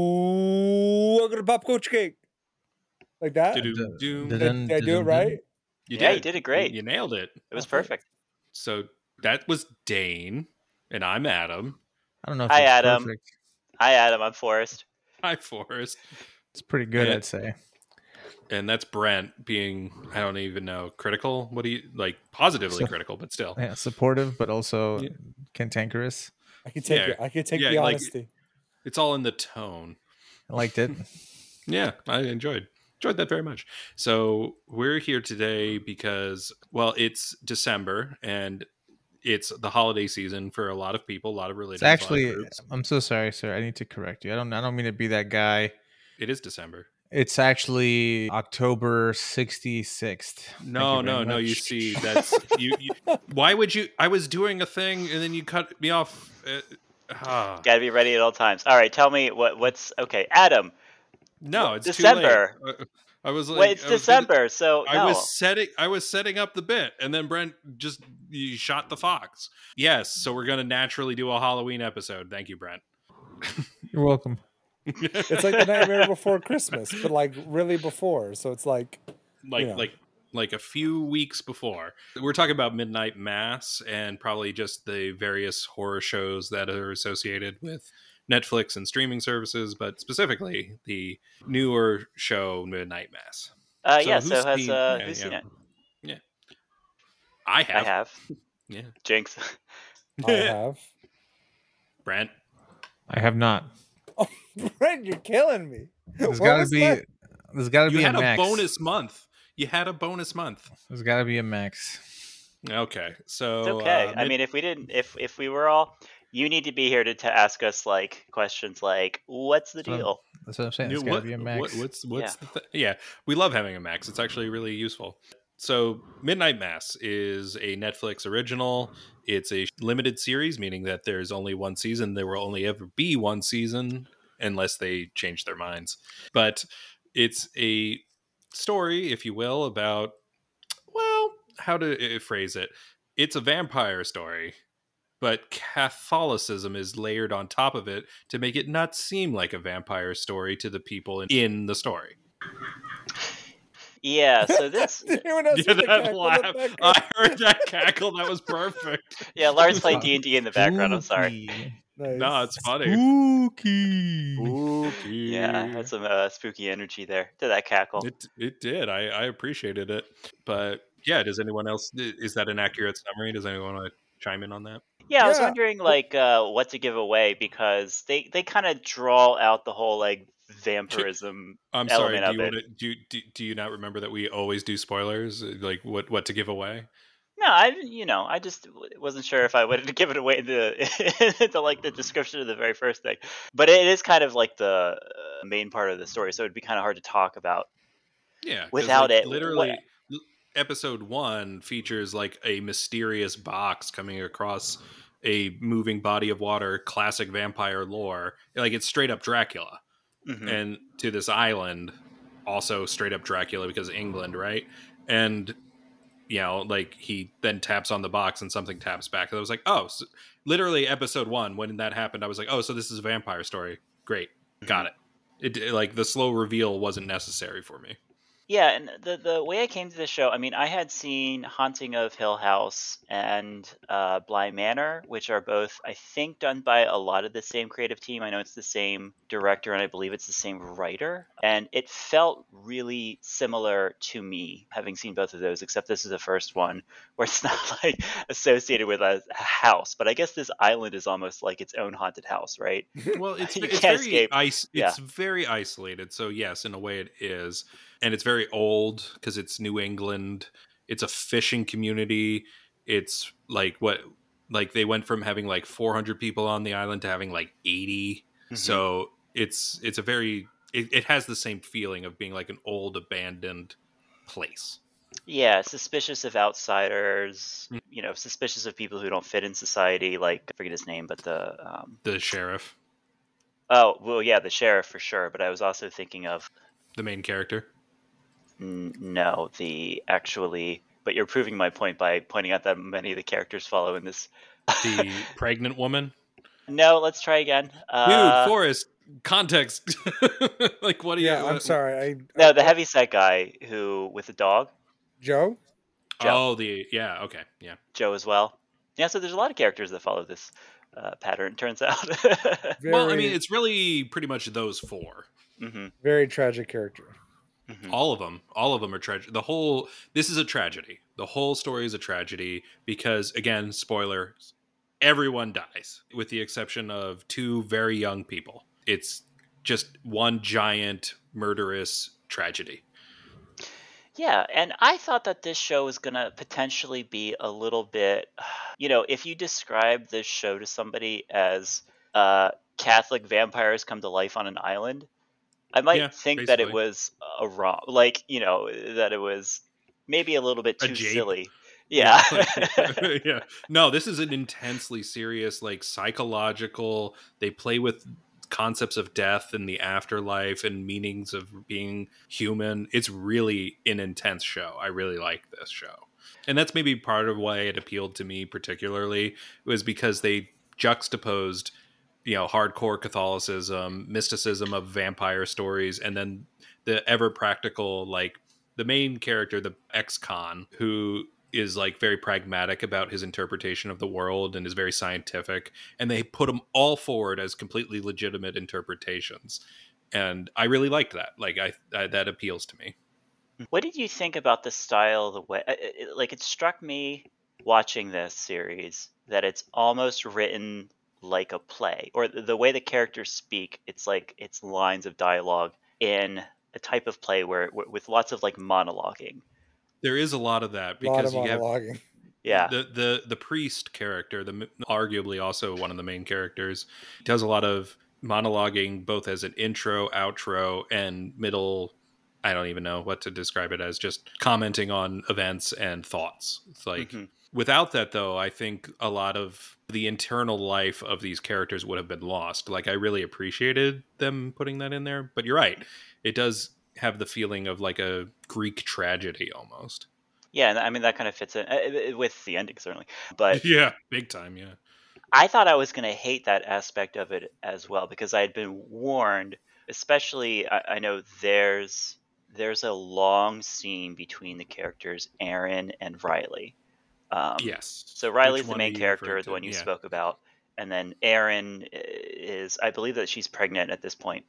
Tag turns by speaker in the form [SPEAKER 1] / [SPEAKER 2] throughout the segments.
[SPEAKER 1] Welcome to Pop Culture Cake. Like that? Did,
[SPEAKER 2] Doo-doo, doo.
[SPEAKER 1] did I do it right?
[SPEAKER 2] You
[SPEAKER 3] yeah, you did it great.
[SPEAKER 2] You nailed it.
[SPEAKER 3] it was
[SPEAKER 1] Okay.
[SPEAKER 3] perfect.
[SPEAKER 2] So that was Dane, and I'm Adam.
[SPEAKER 4] I don't know. If
[SPEAKER 3] Hi,
[SPEAKER 4] it's
[SPEAKER 3] Adam.
[SPEAKER 4] perfect.
[SPEAKER 3] Hi, Adam. I'm Forrest.
[SPEAKER 2] Hi, Forrest.
[SPEAKER 4] It's pretty good,
[SPEAKER 2] Yeah.
[SPEAKER 4] I'd say.
[SPEAKER 2] And that's Brent being, I don't even know, critical. What do you like? Positively
[SPEAKER 4] So-
[SPEAKER 2] critical, but still.
[SPEAKER 4] Yeah, supportive, but also
[SPEAKER 2] Yeah.
[SPEAKER 4] cantankerous.
[SPEAKER 1] I could take
[SPEAKER 2] Yeah.
[SPEAKER 1] it. I could take
[SPEAKER 2] Yeah,
[SPEAKER 1] the
[SPEAKER 2] like-
[SPEAKER 1] honesty.
[SPEAKER 2] It's all in the tone.
[SPEAKER 4] I liked it.
[SPEAKER 2] Yeah, I enjoyed enjoyed that very much. So we're here today because well, it's December and it's the holiday season for a lot of people, a lot of religions.
[SPEAKER 4] it's
[SPEAKER 2] a lot of
[SPEAKER 4] actually.
[SPEAKER 2] groups.
[SPEAKER 4] I'm so sorry, sir. I need to correct you. I don't. I don't mean to be that guy.
[SPEAKER 2] it is December.
[SPEAKER 4] It's actually October 66th. Thank
[SPEAKER 2] No,
[SPEAKER 4] you very
[SPEAKER 2] no, no.
[SPEAKER 4] much.
[SPEAKER 2] You see, that's you, you. Why would you? I was doing a thing, and then you cut me off. Uh, ah.
[SPEAKER 3] Got to be ready at all times. All right, tell me what what's okay, Adam.
[SPEAKER 2] no, it's
[SPEAKER 3] December.
[SPEAKER 2] Too late. Uh, I was like,
[SPEAKER 3] well, it's
[SPEAKER 2] I was gonna-
[SPEAKER 3] December, so
[SPEAKER 2] I
[SPEAKER 3] no.
[SPEAKER 2] was setting I was setting up the bit and then Brent just you shot the fox. Yes, so we're gonna naturally do a Halloween episode. Thank you, Brent.
[SPEAKER 4] You're welcome.
[SPEAKER 1] It's like the nightmare before Christmas, but like really before. So it's like
[SPEAKER 2] like
[SPEAKER 1] Yeah.
[SPEAKER 2] like like a few weeks before. We're talking about Midnight Mass and probably just the various horror shows that are associated with Netflix and streaming services, but specifically the newer show Midnight Mass.
[SPEAKER 3] uh,
[SPEAKER 2] So
[SPEAKER 3] yeah.
[SPEAKER 2] who's
[SPEAKER 3] So has
[SPEAKER 2] seen-
[SPEAKER 3] uh,
[SPEAKER 2] yeah,
[SPEAKER 3] who's
[SPEAKER 2] yeah.
[SPEAKER 3] seen it?
[SPEAKER 2] I have,
[SPEAKER 3] I have.
[SPEAKER 2] Yeah.
[SPEAKER 3] Jinx.
[SPEAKER 1] I have.
[SPEAKER 2] Brent.
[SPEAKER 4] I have not.
[SPEAKER 1] Brent, you're killing me.
[SPEAKER 4] There's
[SPEAKER 1] What
[SPEAKER 4] got to
[SPEAKER 1] was
[SPEAKER 4] be.
[SPEAKER 1] that?
[SPEAKER 4] There's got to
[SPEAKER 2] You
[SPEAKER 4] be a
[SPEAKER 2] had a
[SPEAKER 4] max.
[SPEAKER 2] bonus month. You had a bonus month.
[SPEAKER 4] There's got to be a max.
[SPEAKER 2] Okay. So
[SPEAKER 3] It's okay.
[SPEAKER 2] uh,
[SPEAKER 3] I mean, if we didn't, if if we were all, you need to be here to, to ask us like questions like, what's the
[SPEAKER 4] So-
[SPEAKER 3] deal?
[SPEAKER 4] That's what I'm saying.
[SPEAKER 2] Yeah,
[SPEAKER 4] There's got to be a max.
[SPEAKER 2] What, what's what's the th- yeah? We love having a max. It's actually really useful. So Midnight Mass is a Netflix original. It's a limited series, meaning that there's only one season. There will only ever be one season unless they change their minds. But it's a story, if you will, about well, how to uh, phrase it. It's a vampire story, but Catholicism is layered on top of it to make it not seem like a vampire story to the people in- in the story.
[SPEAKER 3] Yeah. So this.
[SPEAKER 1] Did anyone else hear
[SPEAKER 2] Yeah,
[SPEAKER 1] the
[SPEAKER 2] that
[SPEAKER 1] cackle in the
[SPEAKER 2] laugh.
[SPEAKER 1] background?
[SPEAKER 2] I heard that cackle. That was perfect.
[SPEAKER 3] yeah, Lars played D and D in the background. I'm sorry.
[SPEAKER 1] Nice.
[SPEAKER 2] No, it's funny.
[SPEAKER 4] Spooky.
[SPEAKER 3] Yeah, I had some uh, spooky energy there to that cackle.
[SPEAKER 2] It, it did. I, I appreciated it. But yeah, does anyone else? Is that an accurate summary? Does anyone want to chime in on that?
[SPEAKER 3] Yeah, I was
[SPEAKER 1] Yeah.
[SPEAKER 3] wondering like uh, what to give away because they they kind of draw out the whole like vampirism.
[SPEAKER 2] I'm sorry.
[SPEAKER 3] Element of
[SPEAKER 2] Do you,
[SPEAKER 3] it.
[SPEAKER 2] wanna, do, you- do, do you not remember that we always do spoilers? Like what, what to give away?
[SPEAKER 3] No, I you know I just w- wasn't sure if I wanted to give it away in the to like the description of the very first thing, but it is kind of like the uh, main part of the story, so it'd be kind of hard to talk about.
[SPEAKER 2] Yeah. 'cause,
[SPEAKER 3] Without
[SPEAKER 2] like,
[SPEAKER 3] it,
[SPEAKER 2] literally,
[SPEAKER 3] what-
[SPEAKER 2] l- episode one features like a mysterious box coming across a moving body of water, classic vampire lore. Like it's straight up Dracula,
[SPEAKER 3] Mhm.
[SPEAKER 2] and to this island, also straight up Dracula because England, right? And you know, like he then taps on the box and something taps back. And I was like, oh, so, literally episode one when that happened, I was like, oh, so this is a vampire story. Great,
[SPEAKER 3] Mm-hmm.
[SPEAKER 2] got it. It like the slow reveal wasn't necessary for me.
[SPEAKER 3] Yeah, and the the way I came to the show, I mean, I had seen Haunting of Hill House and uh, Bly Manor, which are both, I think, done by a lot of the same creative team. I know it's the same director, and I believe it's the same writer. And it felt really similar to me, having seen both of those, except this is the first one where it's not like associated with a house. But I guess this island is almost like its own haunted house, right?
[SPEAKER 2] Well, it's,
[SPEAKER 3] You
[SPEAKER 2] it's
[SPEAKER 3] can't
[SPEAKER 2] very
[SPEAKER 3] escape.
[SPEAKER 2] ice,
[SPEAKER 3] Yeah.
[SPEAKER 2] it's very isolated. So yes, in a way it is, and it's very old because it's New England. It's a fishing community. It's like what like they went from having like 400 people on the island to having like 80.
[SPEAKER 3] Mm-hmm.
[SPEAKER 2] So it's it's a very it, it has the same feeling of being like an old abandoned place.
[SPEAKER 3] Yeah, suspicious of outsiders.
[SPEAKER 2] Mm.
[SPEAKER 3] You know, suspicious of people who don't fit in society. Like I forget his name, but the um,
[SPEAKER 2] The sheriff,
[SPEAKER 3] oh well, yeah, the sheriff for sure. But I was also thinking of
[SPEAKER 2] the main character.
[SPEAKER 3] n- no, the actually. But you're proving my point by pointing out that many of the characters follow in this.
[SPEAKER 2] the pregnant woman.
[SPEAKER 3] No, let's try again.
[SPEAKER 2] Dude,
[SPEAKER 3] Uh,
[SPEAKER 2] Forrest, context. like, what do you?
[SPEAKER 1] yeah, I'm
[SPEAKER 2] what-
[SPEAKER 1] sorry. I,
[SPEAKER 3] no, the heavyset guy who with the dog,
[SPEAKER 1] Joe.
[SPEAKER 2] Oh, the yeah. Okay, yeah.
[SPEAKER 3] Joe as well. Yeah, so there's a lot of characters that follow this uh, pattern. Turns out.
[SPEAKER 1] Very,
[SPEAKER 2] Well, I mean, it's really pretty much those four.
[SPEAKER 3] hmm
[SPEAKER 1] very tragic character.
[SPEAKER 3] hmm
[SPEAKER 2] All of them. All of them are tragic. The whole. This is a tragedy. The whole story is a tragedy because, again, spoiler: everyone dies, with the exception of two very young people. It's just one giant murderous tragedy.
[SPEAKER 3] Yeah, and I thought that this show was going to potentially be a little bit, you know, if you describe this show to somebody as uh, Catholic vampires come to life on an island, I might
[SPEAKER 2] Yeah,
[SPEAKER 3] think that it
[SPEAKER 2] basically.
[SPEAKER 3] was a wrong, like, you know, that it was maybe a little bit
[SPEAKER 2] A
[SPEAKER 3] too
[SPEAKER 2] jape.
[SPEAKER 3] silly. Yeah.
[SPEAKER 2] yeah. No, this is an intensely serious, like psychological. They play with concepts of death and the afterlife and meanings of being human. It's really an intense show. I really like this show. And that's maybe part of why it appealed to me particularly was because they juxtaposed, you know, hardcore Catholicism, mysticism of vampire stories, and then the ever practical, like the main character, the ex-con, who is like very pragmatic about his interpretation of the world and is very scientific, and they put them all forward as completely legitimate interpretations. And I really liked that. Like I, I that appeals to me.
[SPEAKER 3] What did you think about the style, the way, I- I- I- like, it struck me watching this series that it's almost written like a play, or the, the way the characters speak, it's like it's lines of dialogue in a type of play where where- with lots of like monologuing.
[SPEAKER 2] There is a lot of that
[SPEAKER 1] A lot
[SPEAKER 2] because
[SPEAKER 1] of
[SPEAKER 2] you have
[SPEAKER 1] monologuing.
[SPEAKER 3] Yeah.
[SPEAKER 2] the the the priest character, the m- arguably also one of the main characters, does a lot of monologuing both as an intro, outro, and middle. I don't even know what to describe it as. Just commenting on events and thoughts. It's like
[SPEAKER 3] Mhm.
[SPEAKER 2] without that though i think a lot of the internal life of these characters would have been lost like i really appreciated them putting that in there but you're right it does have the feeling of like a greek tragedy almost
[SPEAKER 3] Yeah. And I mean, that kind of fits in uh, uh, with the ending, certainly. But
[SPEAKER 2] yeah big time yeah
[SPEAKER 3] I thought I was going to hate that aspect of it as well because I had been warned. Especially, I, I know there's there's a long scene between the characters Aaron and Riley. Um,
[SPEAKER 2] yes
[SPEAKER 3] So
[SPEAKER 2] Which
[SPEAKER 3] Riley's the
[SPEAKER 2] one
[SPEAKER 3] main
[SPEAKER 2] are you
[SPEAKER 3] character,
[SPEAKER 2] referring
[SPEAKER 3] the
[SPEAKER 2] to?
[SPEAKER 3] one you
[SPEAKER 2] Yeah.
[SPEAKER 3] spoke about, and then Aaron i- is, I believe that she's pregnant at this point,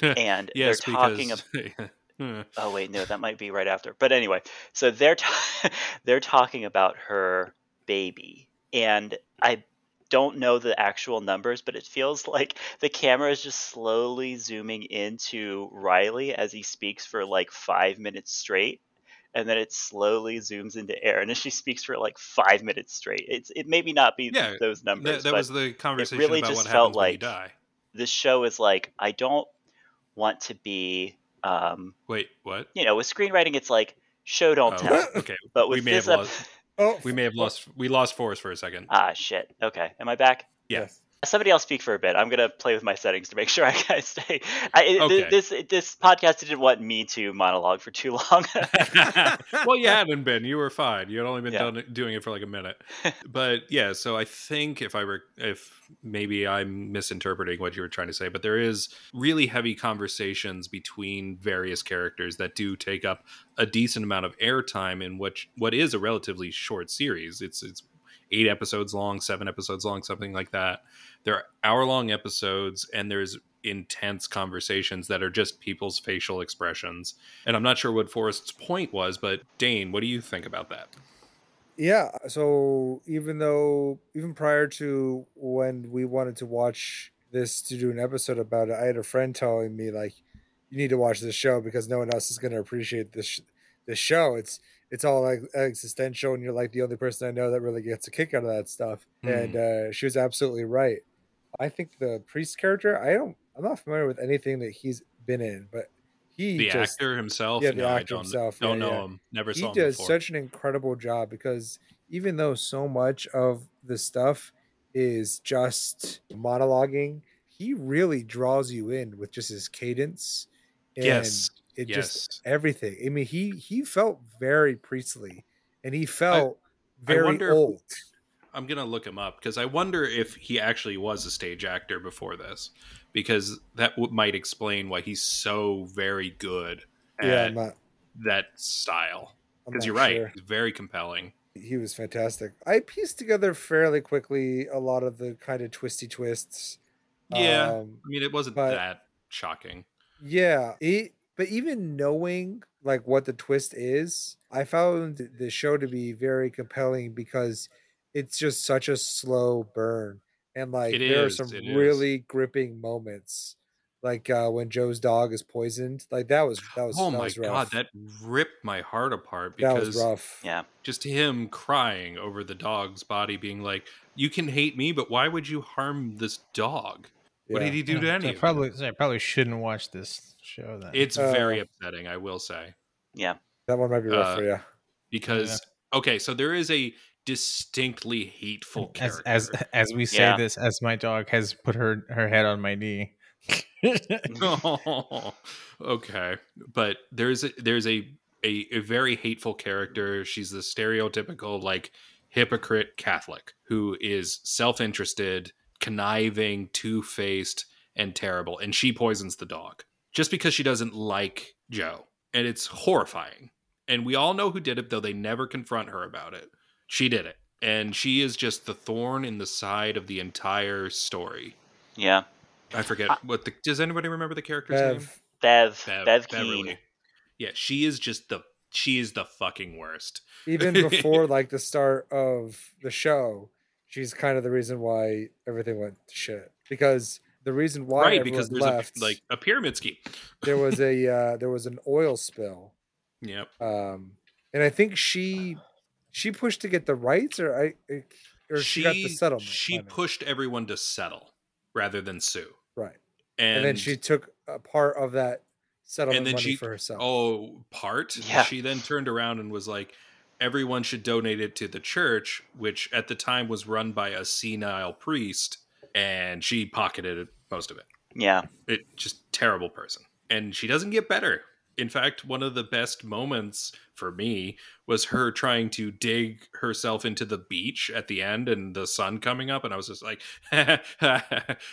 [SPEAKER 3] and
[SPEAKER 2] yes
[SPEAKER 3] they're talking. ab-
[SPEAKER 2] because Huh.
[SPEAKER 3] oh wait, no, that might be right after. But anyway, so they're ta- they're talking about her baby, and I don't know the actual numbers, but it feels like the camera is just slowly zooming into Riley as he speaks for like five minutes straight. And then it slowly zooms into Aaron as she speaks for like five minutes straight. It's it maybe not be
[SPEAKER 2] Yeah,
[SPEAKER 3] those numbers.
[SPEAKER 2] that, that
[SPEAKER 3] but-
[SPEAKER 2] was the conversation
[SPEAKER 3] really
[SPEAKER 2] about
[SPEAKER 3] just
[SPEAKER 2] what happens
[SPEAKER 3] felt
[SPEAKER 2] when you
[SPEAKER 3] like-
[SPEAKER 2] die
[SPEAKER 3] this show is like I don't want to be um
[SPEAKER 2] wait what
[SPEAKER 3] you know with screenwriting it's like show don't
[SPEAKER 2] Oh,
[SPEAKER 3] tell
[SPEAKER 2] okay
[SPEAKER 3] but
[SPEAKER 2] we
[SPEAKER 3] with
[SPEAKER 2] may
[SPEAKER 3] this
[SPEAKER 2] have
[SPEAKER 3] ep-
[SPEAKER 2] lost-
[SPEAKER 1] Oh,
[SPEAKER 2] we may have lost we lost forrest for a second
[SPEAKER 3] ah shit okay am I back
[SPEAKER 2] yeah.
[SPEAKER 1] yes.
[SPEAKER 3] somebody else speak for a bit I'm gonna play with my settings to make sure I guys stay I, it- th-
[SPEAKER 2] Okay.
[SPEAKER 3] this this podcast didn't want me to monologue for too long
[SPEAKER 2] well, you hadn't been. You were fine. You had only been
[SPEAKER 3] Yeah.
[SPEAKER 2] done, doing it for like a minute. But yeah, so I think if I were, if maybe I'm misinterpreting what you were trying to say, but there is really heavy conversations between various characters that do take up a decent amount of airtime in which what is a relatively short series. It's it's eight episodes long, seven episodes long, something like that. There are hour long episodes, and there's intense conversations that are just people's facial expressions and I'm not sure what Forrest's point was, but Dane, what do you think about that?
[SPEAKER 1] Yeah. So even though, even prior to when we wanted to watch this to do an episode about it, I had a friend telling me like, you need to watch this show because no one else is going to appreciate this sh- this show. It's it's all like existential, and you're like the only person I know that really gets a kick out of that stuff. And
[SPEAKER 2] Hmm.
[SPEAKER 1] uh, she was absolutely right. I think the priest character, I don't, I'm not familiar with anything that he's been in, but he
[SPEAKER 2] The
[SPEAKER 1] just
[SPEAKER 2] actor himself?
[SPEAKER 1] yeah, the
[SPEAKER 2] no, I
[SPEAKER 1] actor
[SPEAKER 2] don't,
[SPEAKER 1] himself,
[SPEAKER 2] don't
[SPEAKER 1] yeah,
[SPEAKER 2] know
[SPEAKER 1] yeah.
[SPEAKER 2] him. Never
[SPEAKER 1] he
[SPEAKER 2] saw him
[SPEAKER 1] does
[SPEAKER 2] before.
[SPEAKER 1] such an incredible job because even though so much of the stuff is just monologuing, he really draws you in with just his cadence. And
[SPEAKER 2] yes,
[SPEAKER 1] it
[SPEAKER 2] yes.
[SPEAKER 1] just everything. I mean, he he felt very priestly, and he felt
[SPEAKER 2] I
[SPEAKER 1] very
[SPEAKER 2] wonder if-
[SPEAKER 1] old.
[SPEAKER 2] I I'm gonna look him up because I wonder if he actually was a stage actor before this, because that w- might explain why he's so very good at
[SPEAKER 1] yeah, I'm not.
[SPEAKER 2] that style.
[SPEAKER 1] I'm
[SPEAKER 2] Because
[SPEAKER 1] not
[SPEAKER 2] you're right,
[SPEAKER 1] sure.
[SPEAKER 2] he's very compelling.
[SPEAKER 1] He was fantastic. I pieced together fairly quickly a lot of the kind of twisty twists.
[SPEAKER 2] Yeah,
[SPEAKER 1] Um,
[SPEAKER 2] I mean, it wasn't
[SPEAKER 1] but-
[SPEAKER 2] that shocking.
[SPEAKER 1] Yeah, it, but even knowing like what the twist is, I found the show to be very compelling because it's just such a slow burn, and like
[SPEAKER 2] It
[SPEAKER 1] there
[SPEAKER 2] is,
[SPEAKER 1] are some
[SPEAKER 2] it is.
[SPEAKER 1] really gripping moments, like uh, when Joe's dog is poisoned. Like that was that was
[SPEAKER 2] oh
[SPEAKER 1] that
[SPEAKER 2] my
[SPEAKER 1] was
[SPEAKER 2] god,
[SPEAKER 1] rough.
[SPEAKER 2] that ripped my heart apart
[SPEAKER 1] that was
[SPEAKER 2] because
[SPEAKER 1] rough.
[SPEAKER 3] Yeah.
[SPEAKER 2] just him crying over the dog's body, being like, "You can hate me, but why would you harm this dog? What
[SPEAKER 1] Yeah.
[SPEAKER 2] did he do to
[SPEAKER 4] Yeah,
[SPEAKER 2] any
[SPEAKER 4] I
[SPEAKER 2] of you?"
[SPEAKER 4] probably I probably shouldn't watch this show then.
[SPEAKER 2] It's
[SPEAKER 1] Uh,
[SPEAKER 2] very upsetting, I will say,
[SPEAKER 1] That one might be rough
[SPEAKER 2] uh,
[SPEAKER 1] for you.
[SPEAKER 2] because okay, so there is a distinctly hateful
[SPEAKER 4] as
[SPEAKER 2] character.
[SPEAKER 4] as as we say
[SPEAKER 3] Yeah.
[SPEAKER 4] this, as my dog has put her her head on my knee.
[SPEAKER 2] oh, okay, but there's a, there's a, a a very hateful character. She's the stereotypical like hypocrite Catholic who is self interested, conniving, two faced, and terrible. And she poisons the dog just because she doesn't like Joe, and it's horrifying. And we all know who did it, though they never confront her about it. She did it. And she is just the thorn in the side of the entire story.
[SPEAKER 3] Yeah.
[SPEAKER 2] I forget what the. Does anybody remember the character's name?
[SPEAKER 1] Bev,
[SPEAKER 3] Bev. Bev,
[SPEAKER 2] Bev-
[SPEAKER 3] Keen.
[SPEAKER 2] Beverly. Yeah, she is just the. She is the fucking worst.
[SPEAKER 1] even before like the start of the show, she's kind of the reason why everything went to shit because the reason why
[SPEAKER 2] right,
[SPEAKER 1] everyone
[SPEAKER 2] because there's
[SPEAKER 1] left
[SPEAKER 2] a, like a pyramid scheme.
[SPEAKER 1] there was a uh, there was an oil spill,
[SPEAKER 2] Yep.
[SPEAKER 1] um, and I think she she pushed to get the rights, or I I- or she, got the settlement.
[SPEAKER 2] She
[SPEAKER 1] money.
[SPEAKER 2] pushed everyone to settle rather than sue,
[SPEAKER 1] right,
[SPEAKER 2] and,
[SPEAKER 1] and, then she took a part of that settlement
[SPEAKER 2] then
[SPEAKER 1] money
[SPEAKER 2] she-
[SPEAKER 1] for herself.
[SPEAKER 2] Oh, part.
[SPEAKER 3] Yeah.
[SPEAKER 2] She then turned around and was like, everyone should donate it to the church, which at the time was run by a senile priest, and she pocketed most of it.
[SPEAKER 3] Yeah.
[SPEAKER 2] it just terrible person and she doesn't get better in fact one of the best moments for me was her trying to dig herself into the beach at the end and the sun coming up and i was just like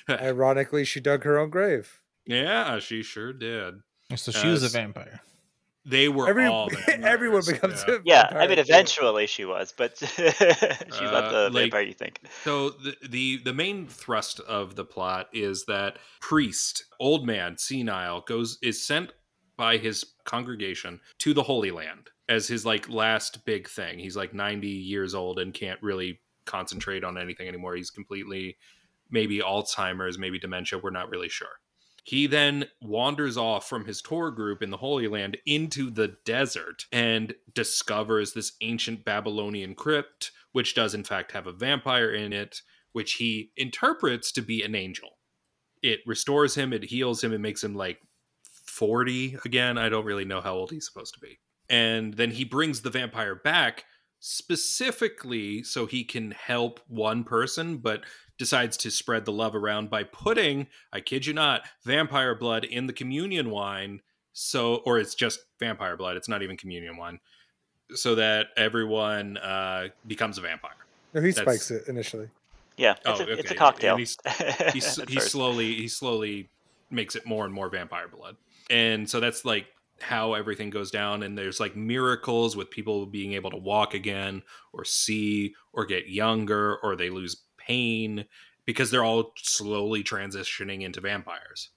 [SPEAKER 1] Ironically, she dug her own grave.
[SPEAKER 2] yeah she sure did
[SPEAKER 4] so she was a
[SPEAKER 2] As-
[SPEAKER 4] vampire.
[SPEAKER 2] they were
[SPEAKER 1] Every,
[SPEAKER 2] all
[SPEAKER 1] everyone
[SPEAKER 2] vampires,
[SPEAKER 1] becomes
[SPEAKER 2] yeah.
[SPEAKER 1] a
[SPEAKER 3] Yeah. I
[SPEAKER 1] vampire
[SPEAKER 3] mean,
[SPEAKER 1] too.
[SPEAKER 3] eventually she was, but she's
[SPEAKER 2] Uh,
[SPEAKER 3] not the
[SPEAKER 2] like-
[SPEAKER 3] vampire you think.
[SPEAKER 2] So the, the the main thrust of the plot is that priest, old man, senile, goes is sent by his congregation to the Holy Land as his like last big thing. He's like 90 years old and can't really concentrate on anything anymore. He's completely maybe Alzheimer's, maybe dementia, we're not really sure. He then wanders off from his tour group in the Holy Land into the desert and discovers this ancient Babylonian crypt, which does in fact have a vampire in it, which he interprets to be an angel. It restores him, it heals him, it makes him like 40 again. I don't really know how old he's supposed to be. And then he brings the vampire back specifically so he can help one person, but decides to spread the love around by putting I kid you not, vampire blood in the communion wine. So, or it's just vampire blood. It's not even communion wine. So that everyone uh, becomes a vampire.
[SPEAKER 1] No, he
[SPEAKER 2] That's-
[SPEAKER 1] spikes it initially.
[SPEAKER 3] Yeah. It's,
[SPEAKER 2] Oh,
[SPEAKER 3] a, it's a
[SPEAKER 2] okay,
[SPEAKER 3] cocktail.
[SPEAKER 2] and he's- He, s-
[SPEAKER 3] At
[SPEAKER 2] he
[SPEAKER 3] first.
[SPEAKER 2] slowly, he slowly makes it more and more vampire blood. And so that's like how everything goes down. And there's like miracles with people being able to walk again, or see, or get younger, or they lose pain because they're all slowly transitioning into vampires.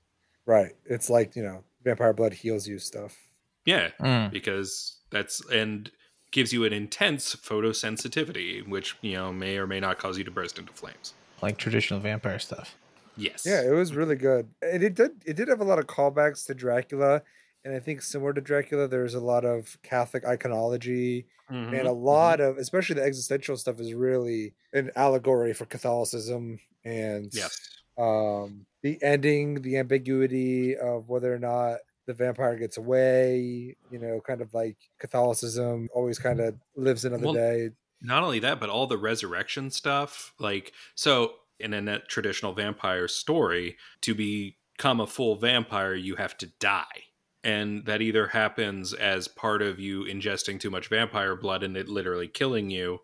[SPEAKER 1] Right, it's like you know, vampire blood heals you stuff.
[SPEAKER 2] Yeah,
[SPEAKER 3] Hmm.
[SPEAKER 4] Mm.
[SPEAKER 2] because that's and gives you an intense photosensitivity, which you know may or may not cause you to burst into flames.
[SPEAKER 4] Like traditional vampire stuff.
[SPEAKER 2] Yes.
[SPEAKER 1] Yeah, it was really good. And it did it did have a lot of callbacks to Dracula. And I think similar to Dracula, there's a lot of Catholic iconology
[SPEAKER 2] Mhm.
[SPEAKER 1] and a lot of especially the existential stuff is really an allegory for Catholicism and
[SPEAKER 2] Yes.
[SPEAKER 1] um the ending, the ambiguity of whether or not the vampire gets away, you know, kind of like Catholicism always kind of lives another
[SPEAKER 2] Well,
[SPEAKER 1] day.
[SPEAKER 2] Not only that, but all the resurrection stuff. Like so, in a net traditional vampire story, to become a full vampire, you have to die. And that either happens as part of you ingesting too much vampire blood and it literally killing you,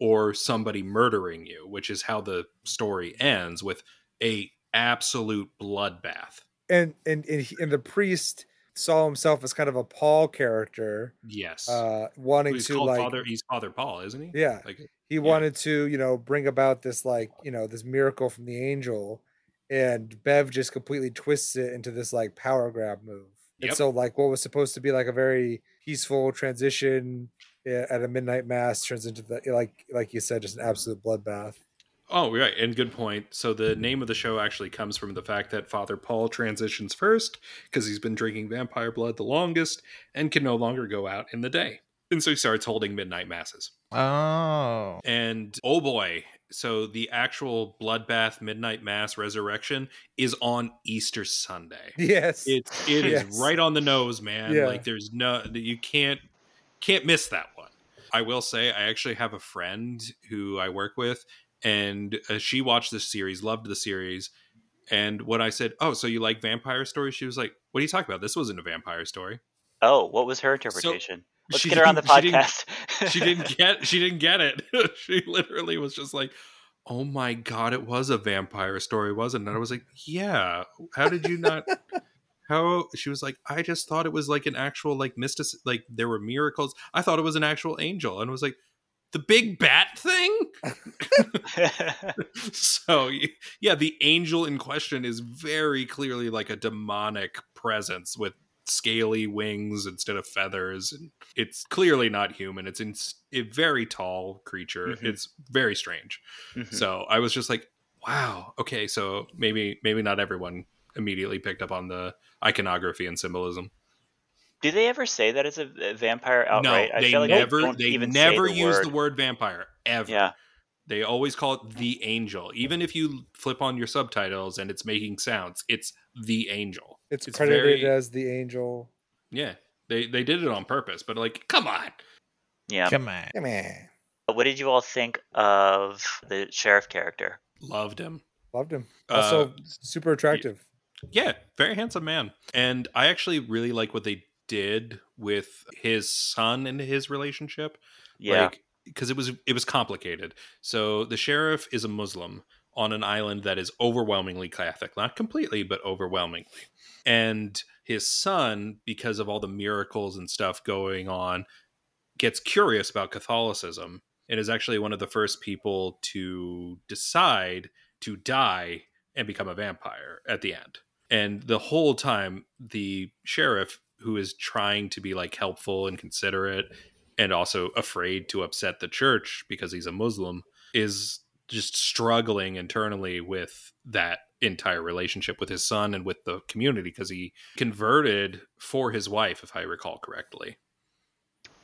[SPEAKER 2] or somebody murdering you, which is how the story ends with a absolute bloodbath.
[SPEAKER 1] and and and, he, and the priest saw himself as kind of a Paul character,
[SPEAKER 2] Yes.
[SPEAKER 1] uh, wanting
[SPEAKER 2] he's
[SPEAKER 1] to
[SPEAKER 2] called
[SPEAKER 1] like
[SPEAKER 2] Father he's Father Paul, isn't he?
[SPEAKER 1] yeah,
[SPEAKER 2] Like
[SPEAKER 1] he wanted to you know bring about this like you know this miracle from the angel, and Bev just completely twists it into this like power grab move.
[SPEAKER 2] Yep.
[SPEAKER 1] And so like what was supposed to be like a very peaceful transition a- at a midnight mass turns into the eh, like like you said just an absolute bloodbath.
[SPEAKER 2] Oh, right. And good point. So the name of the show actually comes from the fact that Father Paul transitions first because he's been drinking vampire blood the longest and can no longer go out in the day. And so he starts holding midnight masses.
[SPEAKER 4] Oh.
[SPEAKER 2] And oh boy. So the actual bloodbath midnight mass resurrection is on Easter Sunday.
[SPEAKER 1] Yes.
[SPEAKER 2] It's it is
[SPEAKER 1] Yes.
[SPEAKER 2] right on the nose, man.
[SPEAKER 1] Yeah.
[SPEAKER 2] Like there's no you can't can't miss that one. I will say I actually have a friend who I work with and uh, she watched this series, loved the series. And when I said, "Oh, so you like vampire stories?" she was like, "What are you talking about? This wasn't a vampire story."
[SPEAKER 3] Oh, what was her interpretation? Let's
[SPEAKER 2] She
[SPEAKER 3] get her on the
[SPEAKER 2] didn't- she didn't-
[SPEAKER 3] podcast.
[SPEAKER 2] she didn't get she didn't get it. she literally was just like, "Oh my god, it was a vampire story, wasn't it?" And I was like, "Yeah, how did you not how she was like, "I just thought it was like an actual like mystic like there were miracles. I thought it was an actual angel." And I was like, "The big bat thing?" so y- yeah, the angel in question is very clearly like a demonic presence with scaly wings instead of feathers and it's clearly not human it's in a very tall creature
[SPEAKER 3] Mhm.
[SPEAKER 2] it's very strange
[SPEAKER 3] Mhm.
[SPEAKER 2] so i was just like wow okay so maybe maybe not everyone immediately picked up on the iconography and symbolism
[SPEAKER 3] Do they ever say that it's a a vampire outright?
[SPEAKER 2] no they never they never use the word vampire ever
[SPEAKER 3] Yeah.
[SPEAKER 2] They always call it the angel. Even if you flip on your subtitles and it's making sounds, it's the angel.
[SPEAKER 1] it's,
[SPEAKER 2] it's
[SPEAKER 1] credited
[SPEAKER 2] very-
[SPEAKER 1] as the angel.
[SPEAKER 2] Yeah. They they did it on purpose, but like, come on.
[SPEAKER 3] Yeah.
[SPEAKER 4] Come on.
[SPEAKER 1] Come here.
[SPEAKER 3] What did you all think of the sheriff character?
[SPEAKER 2] Loved him.
[SPEAKER 1] Loved him.
[SPEAKER 2] Uh,
[SPEAKER 1] Also super attractive.
[SPEAKER 2] Yeah, very handsome man. And I actually really like what they did with his son and his relationship.
[SPEAKER 3] Yeah.
[SPEAKER 2] like because it was it was complicated so the sheriff is a muslim on an island that is overwhelmingly catholic not completely but overwhelmingly and his son because of all the miracles and stuff going on gets curious about catholicism and is actually one of the first people to decide to die and become a vampire at the end and the whole time the sheriff who is trying to be like helpful and considerate and also afraid to upset the church because he's a Muslim, is just struggling internally with that entire relationship with his son and with the community because he converted for his wife, if I recall correctly.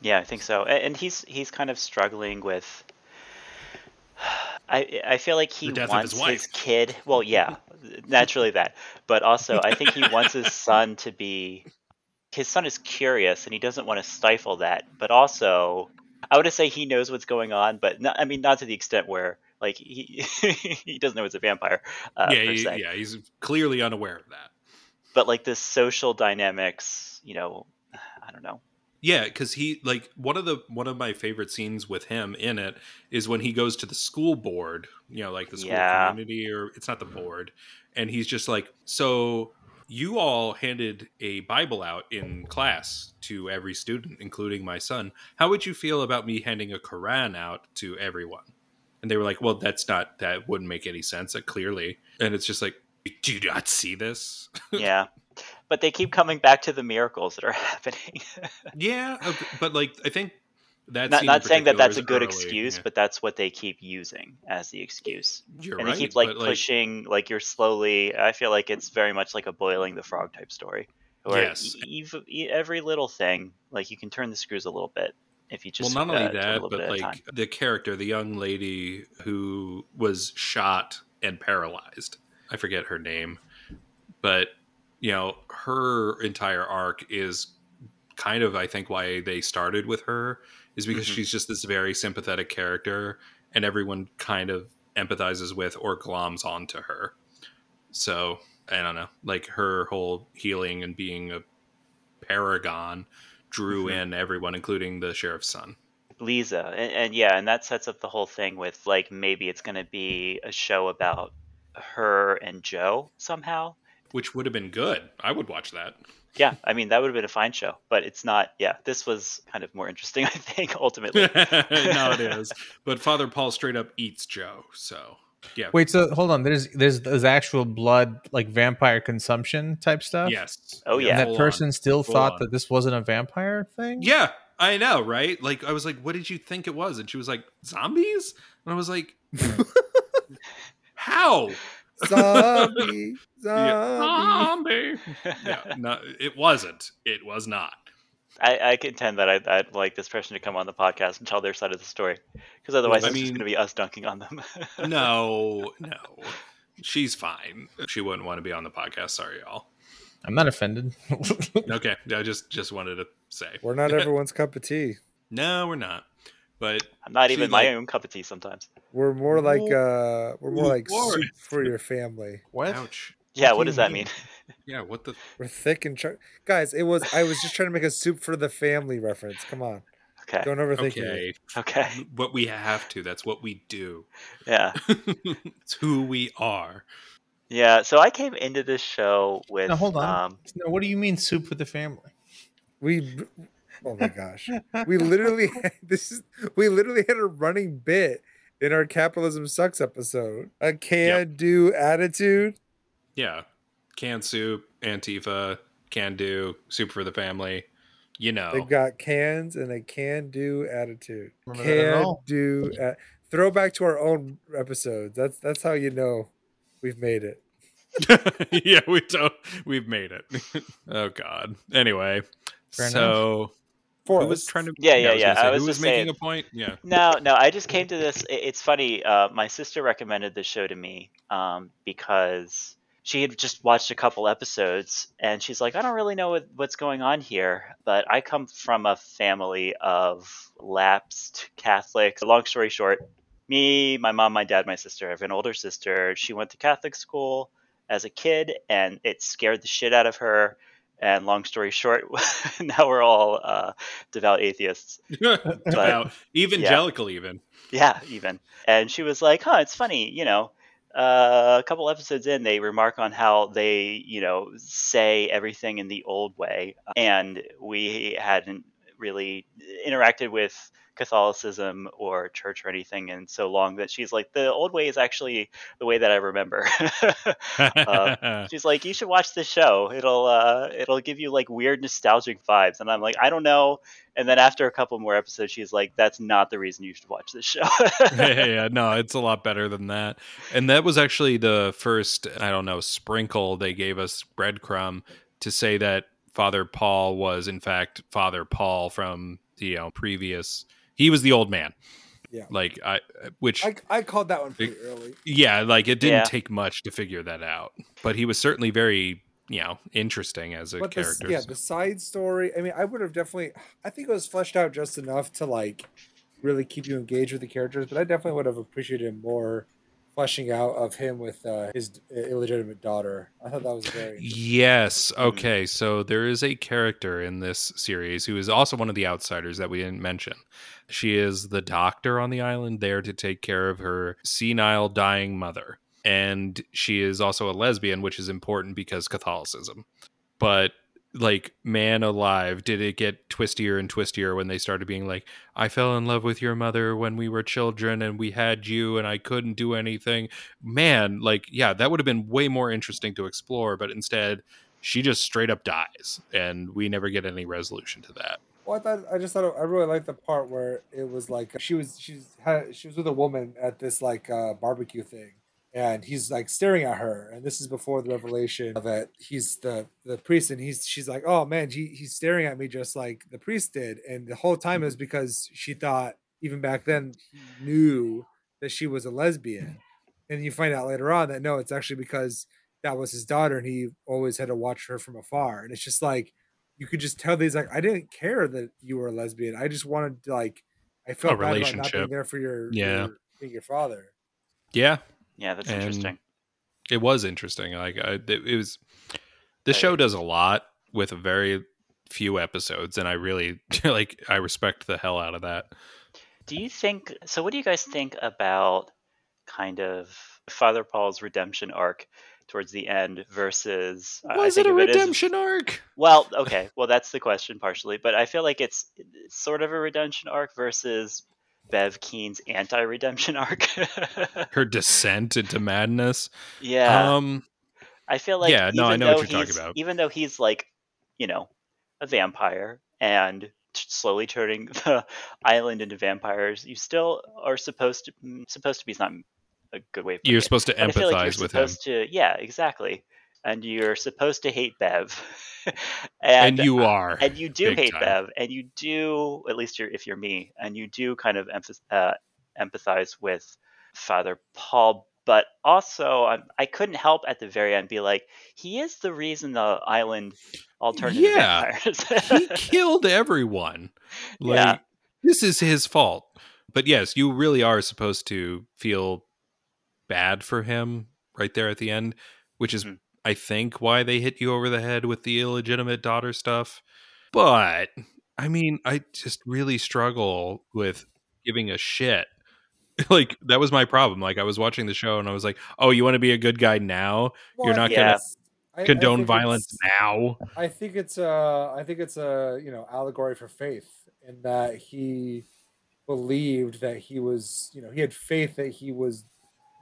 [SPEAKER 3] Yeah, I think so. A- And he's he's kind of struggling with. I I feel like he
[SPEAKER 2] The death of his
[SPEAKER 3] wants
[SPEAKER 2] wife.
[SPEAKER 3] his kid. Well, yeah, naturally that, but also I think he wants his son to be. His son is curious, and he doesn't want to stifle that. But also, I would say he knows what's going on, but not, I mean, not to the extent where like he he doesn't know he's a vampire. Uh,
[SPEAKER 2] yeah,
[SPEAKER 3] per
[SPEAKER 2] he-
[SPEAKER 3] se.
[SPEAKER 2] yeah, he's clearly unaware of that.
[SPEAKER 3] But like the social dynamics, you know, I don't know.
[SPEAKER 2] Yeah, because he like one of the one of my favorite scenes with him in it is when he goes to the school board, you know, like the school
[SPEAKER 3] Yeah.
[SPEAKER 2] community or it's not the board, and he's just like, so you all handed a Bible out in class to every student, including my son. How would you feel about me handing a Quran out to everyone? And they were like, well, that's not that wouldn't make any sense. uh, Clearly, and it's just like, do you not see this?
[SPEAKER 3] Yeah, but they keep coming back to the miracles that are happening.
[SPEAKER 2] yeah, uh, but like I think. That scene
[SPEAKER 3] not,
[SPEAKER 2] in
[SPEAKER 3] not saying that
[SPEAKER 2] particular
[SPEAKER 3] that's
[SPEAKER 2] is
[SPEAKER 3] a good
[SPEAKER 2] early,
[SPEAKER 3] excuse,
[SPEAKER 2] yeah.
[SPEAKER 3] but that's what they keep using as the excuse.
[SPEAKER 2] You're
[SPEAKER 3] and
[SPEAKER 2] right.
[SPEAKER 3] they keep like
[SPEAKER 2] but,
[SPEAKER 3] pushing, like you're slowly. I feel like it's very much like a boiling the frog type story, where
[SPEAKER 2] Yes.
[SPEAKER 3] e- ev- e- every little thing, like you can turn the screws a little bit if you just
[SPEAKER 2] well, not
[SPEAKER 3] uh,
[SPEAKER 2] only
[SPEAKER 3] do a
[SPEAKER 2] that,
[SPEAKER 3] little bit
[SPEAKER 2] but
[SPEAKER 3] at a time.
[SPEAKER 2] like the character, the young lady who was shot and paralyzed. I forget her name, but you know, her entire arc is kind of, I think, why they started with her is because
[SPEAKER 3] Mhm.
[SPEAKER 2] she's just this very sympathetic character, and everyone kind of empathizes with or gloms onto her. So I don't know, like her whole healing and being a paragon drew
[SPEAKER 3] Mhm.
[SPEAKER 2] in everyone, including the sheriff's son.
[SPEAKER 3] Lisa, and, and yeah, and that sets up the whole thing with like maybe it's going to be a show about her and Joe somehow.
[SPEAKER 2] which would have been good. I would watch that.
[SPEAKER 3] Yeah, I mean that would have been a fine show, but it's not. Yeah, this was kind of more interesting, I think, ultimately.
[SPEAKER 2] no, it is. But Father Paul straight up eats Joe. So yeah,
[SPEAKER 4] Wait, so hold on. There's there's there's actual blood like vampire consumption type stuff.
[SPEAKER 2] yes.
[SPEAKER 3] Oh,
[SPEAKER 4] Uh,
[SPEAKER 3] yeah.
[SPEAKER 4] And
[SPEAKER 2] Full
[SPEAKER 4] that
[SPEAKER 2] on.
[SPEAKER 4] person still
[SPEAKER 2] Full
[SPEAKER 4] thought
[SPEAKER 2] on.
[SPEAKER 4] that this wasn't a vampire thing.
[SPEAKER 2] Yeah, I know, right? Like I was like, "What did you think it was?" And she was like, "Zombies," and I was like, "How
[SPEAKER 1] Zombie, zombie.
[SPEAKER 2] zombie?" yeah, no, it wasn't. It was not.
[SPEAKER 3] I, I contend that I'd, I'd like this person to come on the podcast and tell their side of the story, because otherwise
[SPEAKER 2] I
[SPEAKER 3] it's just
[SPEAKER 2] mean-
[SPEAKER 3] going to be us dunking on them.
[SPEAKER 2] No, no, she's fine. She wouldn't want to be on the podcast. Sorry, y'all.
[SPEAKER 4] I'm not offended.
[SPEAKER 2] Okay, I just just wanted to say,
[SPEAKER 1] We're not everyone's cup of tea.
[SPEAKER 2] no, we're not. But
[SPEAKER 3] I'm not
[SPEAKER 2] See,
[SPEAKER 3] even my
[SPEAKER 2] like-
[SPEAKER 3] own cup of tea sometimes.
[SPEAKER 1] We're more like uh, we're more like
[SPEAKER 2] Lord.
[SPEAKER 1] soup for your family.
[SPEAKER 4] what?
[SPEAKER 2] ouch.
[SPEAKER 3] Yeah,
[SPEAKER 4] do
[SPEAKER 3] what
[SPEAKER 4] you
[SPEAKER 3] does that
[SPEAKER 4] mean?
[SPEAKER 3] mean?
[SPEAKER 2] Yeah, what the
[SPEAKER 1] We're thick and char- guys. It was I was just trying to make a soup for the family reference. Come on,
[SPEAKER 3] Okay,
[SPEAKER 1] don't overthink it.
[SPEAKER 2] okay?
[SPEAKER 3] okay,
[SPEAKER 2] But we have to. That's what we do.
[SPEAKER 3] yeah,
[SPEAKER 2] it's who we are.
[SPEAKER 3] yeah. So I came into this show with.
[SPEAKER 4] Now, hold on.
[SPEAKER 3] Um,
[SPEAKER 4] No, what do you mean soup with the family?
[SPEAKER 1] We, oh my gosh, we literally this is we literally had a running bit in our capitalism sucks episode. A can do attitude.
[SPEAKER 2] Yeah. Can soup, Antifa, can do, soup for the family. You know.
[SPEAKER 1] They've got cans and a can do attitude.
[SPEAKER 4] Remember that at
[SPEAKER 1] Can
[SPEAKER 4] all.
[SPEAKER 1] do at- throwback to our own episodes. That's that's how you know we've made it.
[SPEAKER 2] yeah, we don't we've made it. oh god. Anyway.
[SPEAKER 4] Fair
[SPEAKER 2] so
[SPEAKER 1] For
[SPEAKER 2] who was trying to
[SPEAKER 3] Yeah, yeah,
[SPEAKER 2] was
[SPEAKER 3] yeah,
[SPEAKER 2] gonna say,
[SPEAKER 3] I was
[SPEAKER 2] who was
[SPEAKER 3] just
[SPEAKER 2] making
[SPEAKER 3] saying-
[SPEAKER 2] a point? Yeah.
[SPEAKER 3] No, no, I just came to this. i- It's funny. Uh, my sister recommended this show to me um, because she had just watched a couple episodes and she's like, I don't really know what, what's going on here, but I come from a family of lapsed Catholics. Long story short, me, my mom, my dad, my sister, I have an older sister. She went to Catholic school as a kid and it scared the shit out of her. And long story short, now we're all uh, devout atheists.
[SPEAKER 2] Wow. evangelical even.
[SPEAKER 3] Yeah, even. And she was like, huh, it's funny, you know. Uh, a couple episodes in, they remark on how they, you know, say everything in the old way. And we hadn't really interacted with Catholicism or church or anything in so long that she's like, the old way is actually the way that I remember. Uh, She's like, you should watch this show. It'll uh, it'll give you like weird nostalgic vibes. And I'm like, I don't know. And then after a couple more episodes, she's like, that's not the reason you should watch this show.
[SPEAKER 2] yeah, no, it's a lot better than that. And that was actually the first, I don't know, sprinkle they gave us breadcrumb to say that Father Paul was in fact Father Paul from the you know, previous. He was the old man.
[SPEAKER 1] Yeah.
[SPEAKER 2] Like I, which
[SPEAKER 1] I, I called that one pretty early.
[SPEAKER 2] yeah, like it didn't
[SPEAKER 3] Yeah.
[SPEAKER 2] take much to figure that out. But he was certainly very, you know, interesting as a
[SPEAKER 1] But this,
[SPEAKER 2] character.
[SPEAKER 1] yeah,
[SPEAKER 2] so-
[SPEAKER 1] the side story. I mean, I would have definitely. I think it was fleshed out just enough to like really keep you engaged with the characters. But I definitely would have appreciated more fleshing out of him with uh, his illegitimate daughter. I thought that was very.
[SPEAKER 2] Yes. Okay. So there is a character in this series who is also one of the outsiders that we didn't mention. She is the doctor on the island there to take care of her senile, dying mother. And she is also a lesbian, which is important because Catholicism. But like, man alive, did it get twistier and twistier when they started being like, I fell in love with your mother when we were children and we had you and I couldn't do anything man, like, yeah, that would have been way more interesting to explore. But instead, she just straight up dies, and we never get any resolution to that.
[SPEAKER 1] Well, I thought I just thought I really liked the part where it was like she was she's had, she was with a woman at this like uh, barbecue thing. And he's like staring at her, and this is before the revelation that he's the the priest, and he's she's like, oh man, he, he's staring at me just like the priest did, and the whole time
[SPEAKER 2] Mm-hmm.
[SPEAKER 1] is because she thought even back then he knew that she was a lesbian, and you find out later on that no, it's actually because that was his daughter, and he always had to watch her from afar, and it's just like you could just tell these like I didn't care that you were a lesbian. I just wanted to like I felt bad about not being
[SPEAKER 2] relationship.
[SPEAKER 1] there for your
[SPEAKER 2] Yeah.
[SPEAKER 1] your, being your father.
[SPEAKER 2] Yeah,
[SPEAKER 3] yeah, that's
[SPEAKER 2] And-
[SPEAKER 3] interesting.
[SPEAKER 2] it was interesting. Like, I, it, it was. The show does a lot with very few episodes, and I really like. I respect the hell out of that.
[SPEAKER 3] Do you think so? What do you guys think about kind of Father Paul's redemption arc towards the end versus? uh, I- I
[SPEAKER 2] Was it
[SPEAKER 3] think
[SPEAKER 2] a
[SPEAKER 3] of as-
[SPEAKER 2] redemption arc?
[SPEAKER 3] well, okay, well that's the question partially, but I feel like it's sort of a redemption arc versus Bev Keen's anti-redemption arc.
[SPEAKER 2] Her descent into madness.
[SPEAKER 3] yeah,
[SPEAKER 2] Um,
[SPEAKER 3] I feel like
[SPEAKER 2] yeah, no, I
[SPEAKER 3] even
[SPEAKER 2] know what
[SPEAKER 3] though
[SPEAKER 2] you're talking
[SPEAKER 3] he's-
[SPEAKER 2] about.
[SPEAKER 3] Even though he's like, you know, a vampire and t- slowly turning the island into vampires, you still are supposed to mm, supposed to be. It's not a good way. Of putting
[SPEAKER 2] you're
[SPEAKER 3] it,
[SPEAKER 2] supposed to
[SPEAKER 3] but I feel like
[SPEAKER 2] empathize
[SPEAKER 3] you're
[SPEAKER 2] with him,
[SPEAKER 3] supposed To, yeah, exactly. And you're supposed to hate Bev,
[SPEAKER 2] and,
[SPEAKER 3] and,
[SPEAKER 2] you are.
[SPEAKER 3] and you do
[SPEAKER 2] big
[SPEAKER 3] hate
[SPEAKER 2] time.
[SPEAKER 3] Bev, and you do at least you're, if you're me, and you do kind of emph- uh, empathize with Father Paul. But also, I, I couldn't help at the very end be like, he is the reason the island all turned into
[SPEAKER 2] Yeah.
[SPEAKER 3] vampires.
[SPEAKER 2] he killed everyone. Like,
[SPEAKER 3] Yeah.
[SPEAKER 2] This is his fault. But yes, you really are supposed to feel bad for him right there at the end, which is,
[SPEAKER 3] Mhm.
[SPEAKER 2] I think, why they hit you over the head with the illegitimate daughter stuff. But I mean, I just really struggle with giving a shit. Like, that was my problem. Like, I was watching the show and I was like, oh, you want to be a good guy now? You're not
[SPEAKER 3] gonna
[SPEAKER 1] gonna
[SPEAKER 2] Condone violence now?
[SPEAKER 1] I think it's a, I think it's a, you know, allegory for faith in that he believed that he was, you know, he had faith that he was,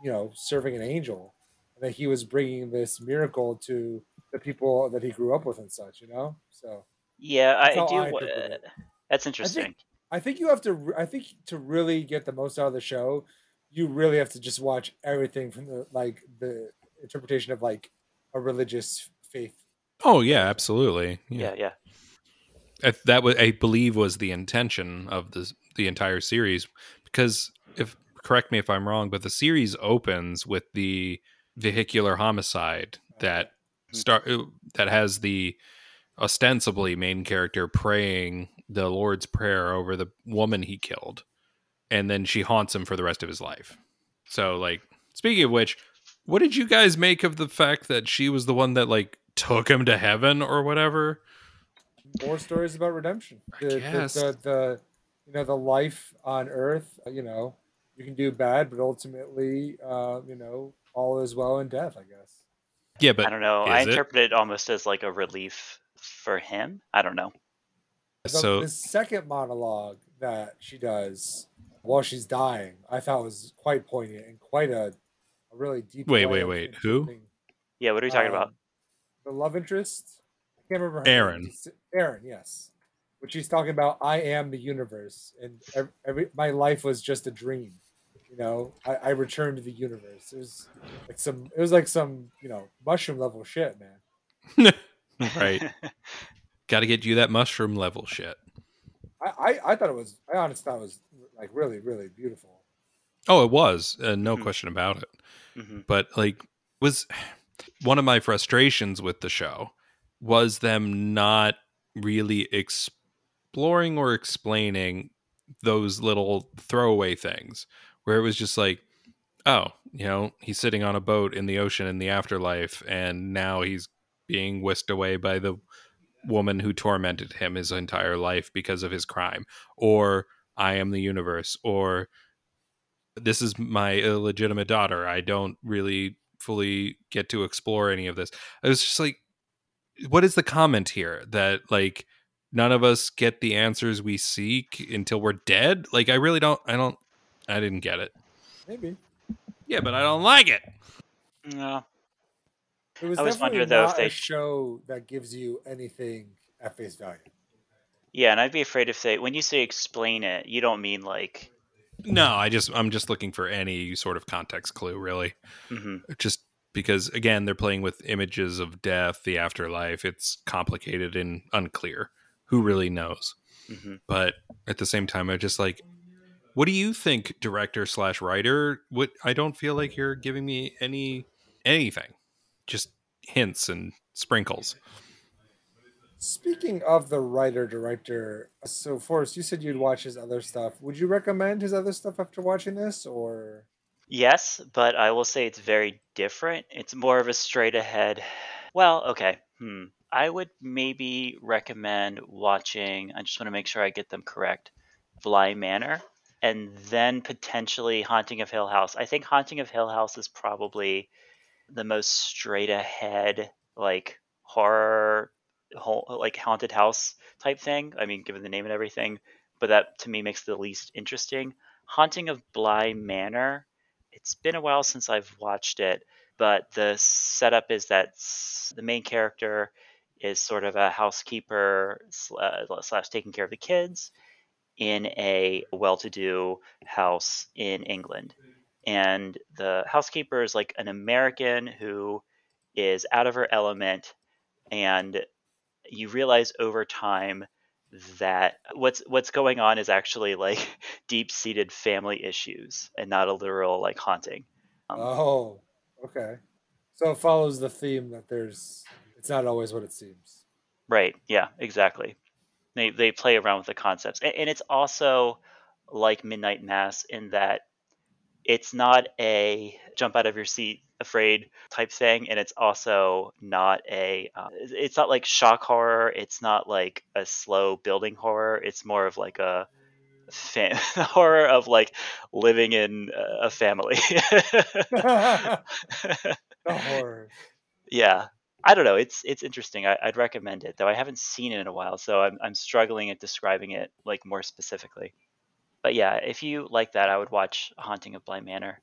[SPEAKER 1] you know, serving an angel, and that he was bringing this miracle to the people that he grew up with and such, you know. So
[SPEAKER 3] yeah, I,
[SPEAKER 1] That's how
[SPEAKER 3] do.
[SPEAKER 1] I
[SPEAKER 3] wa-
[SPEAKER 1] interpret it.
[SPEAKER 3] that's interesting.
[SPEAKER 1] I think you have to, re- I think to really get the most out of the show, you really have to just watch everything from the like the interpretation of like a religious faith.
[SPEAKER 2] Oh, yeah, absolutely.
[SPEAKER 3] yeah, yeah.
[SPEAKER 2] I, that was, I believe, was the intention of the the entire series. Because if correct me if I'm wrong, but the series opens with the vehicular homicide that start that has the ostensibly main character praying the Lord's prayer over the woman he killed, and then she haunts him for the rest of his life. So, like, speaking of which, what did you guys make of the fact that she was the one that like took him to heaven or whatever?
[SPEAKER 1] more stories about redemption.
[SPEAKER 2] I
[SPEAKER 1] The, the-
[SPEAKER 2] guess.
[SPEAKER 1] The, the, you know the life on Earth. uh, You know, you can do bad, but ultimately, uh, you know, all is well in death. I guess.
[SPEAKER 2] Yeah, but
[SPEAKER 3] I don't know. I
[SPEAKER 2] is it?
[SPEAKER 3] interpret it almost as like a relief for him. I don't know.
[SPEAKER 1] The,
[SPEAKER 2] So-
[SPEAKER 1] the second monologue that she does while she's dying, I thought was quite poignant and quite a, a really deep.
[SPEAKER 2] Wait,
[SPEAKER 1] way
[SPEAKER 2] wait,
[SPEAKER 1] of
[SPEAKER 2] wait, who?
[SPEAKER 1] interpreting,
[SPEAKER 3] Yeah, what are you talking
[SPEAKER 1] um,
[SPEAKER 3] about?
[SPEAKER 1] The love interest. I can't remember.
[SPEAKER 2] Aaron.
[SPEAKER 1] name. Aaron, yes. But she's talking about I am the universe, and ev- every my life was just a dream. You know, I, I returned to the universe. It was like some. It was like some you know mushroom level shit, man.
[SPEAKER 2] right. Got to get you that mushroom level shit.
[SPEAKER 1] I, I I thought it was. I honestly thought it was like really really beautiful.
[SPEAKER 2] Oh, it was. Uh, no
[SPEAKER 3] Mhm.
[SPEAKER 2] question about it.
[SPEAKER 3] Mhm.
[SPEAKER 2] But like was one of my frustrations with the show was them not really exploring or explaining those little throwaway things where it was just like oh, you know, he's sitting on a boat in the ocean in the afterlife and now he's being whisked away by the woman who tormented him his entire life because of his crime or I am the universe or this is my illegitimate daughter. I don't really fully get to explore any of this. I was just like, what is the comment here that like none of us get the answers we seek until we're dead? Like, I really don't, I don't, I didn't get it.
[SPEAKER 1] Maybe
[SPEAKER 2] Yeah, but I don't like it.
[SPEAKER 3] Yeah.
[SPEAKER 1] it was.
[SPEAKER 3] I always
[SPEAKER 1] definitely
[SPEAKER 3] wonder, though, if
[SPEAKER 1] not
[SPEAKER 3] they-
[SPEAKER 1] a show that gives you anything at face value.
[SPEAKER 3] Yeah, and I'd be afraid if they when you say explain it, you don't mean like
[SPEAKER 2] No, I just, I'm just looking for any sort of context clue, really.
[SPEAKER 3] hmm
[SPEAKER 2] just because again they're playing with images of death the afterlife it's complicated and unclear who really knows
[SPEAKER 3] hmm
[SPEAKER 2] but at the same time i just like what do you think director slash writer what i don't feel like you're giving me any anything just hints and sprinkles
[SPEAKER 1] Speaking of the writer director, so Forrest, you said you'd watch his other stuff. Would you recommend his other stuff after watching this, or
[SPEAKER 3] Yes, but I will say it's very different. It's more of a straight ahead. Well, okay. Hmm. I would maybe recommend watching. I just want to make sure I get them correct. Bly Manor, and then potentially Haunting of Hill House. I think Haunting of Hill House is probably the most straight ahead like horror ho- like haunted house type thing. I mean, given the name and everything, but that to me makes the least interesting. Haunting of Bly Manor. It's been a while since I've watched it, but the setup is that s- the main character is sort of a housekeeper sla- slash taking care of the kids in a well-to-do house in England. And the housekeeper is like an American who is out of her element and you realize over time that what's what's going on is actually like deep-seated family issues and not a literal like haunting. Um,
[SPEAKER 1] Oh, okay. So it follows the theme that there's it's not always what it seems.
[SPEAKER 3] Right. Yeah. Exactly. They they play around with the concepts, and, and it's also like Midnight Mass in that it's not a jump out of your seat afraid type thing, and it's also not a um, it's- it's not like shock horror. It's not like a slow building horror. It's more of like a fam- horror of like living in uh, a family.
[SPEAKER 1] the horror.
[SPEAKER 3] yeah i don't know it's it's interesting I, i'd recommend it though i haven't seen it in a while so I'm, I'm struggling at describing it like more specifically but yeah if you like that i would watch haunting of bly manor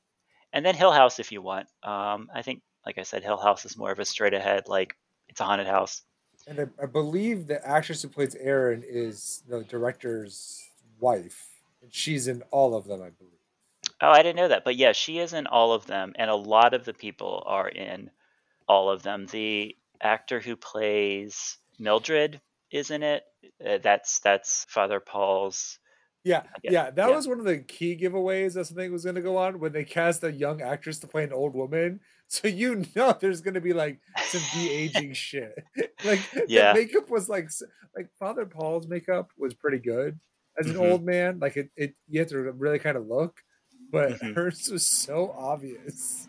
[SPEAKER 3] and then hill house if you want um, i think like i said hill house is more of a straight ahead like it's a haunted house
[SPEAKER 1] And I, I believe the actress who plays Erin is the director's wife. And she's in all of them, I believe.
[SPEAKER 3] oh i didn't know that but yeah she is in all of them and a lot of the people are in all of them the actor who plays mildred is in it uh, that's that's father paul's
[SPEAKER 1] Yeah,
[SPEAKER 3] Yeah,
[SPEAKER 1] yeah, that
[SPEAKER 3] yeah.
[SPEAKER 1] was one of the key giveaways that something was going to go on when they cast a young actress to play an old woman. So you know there's going to be like some de aging shit. Like
[SPEAKER 3] Yeah.
[SPEAKER 1] the makeup was like s- like Father Paul's makeup was pretty good as an
[SPEAKER 3] Mhm.
[SPEAKER 1] old man. Like it, it you have to really kind of look, but
[SPEAKER 3] Mhm.
[SPEAKER 1] hers was so obvious.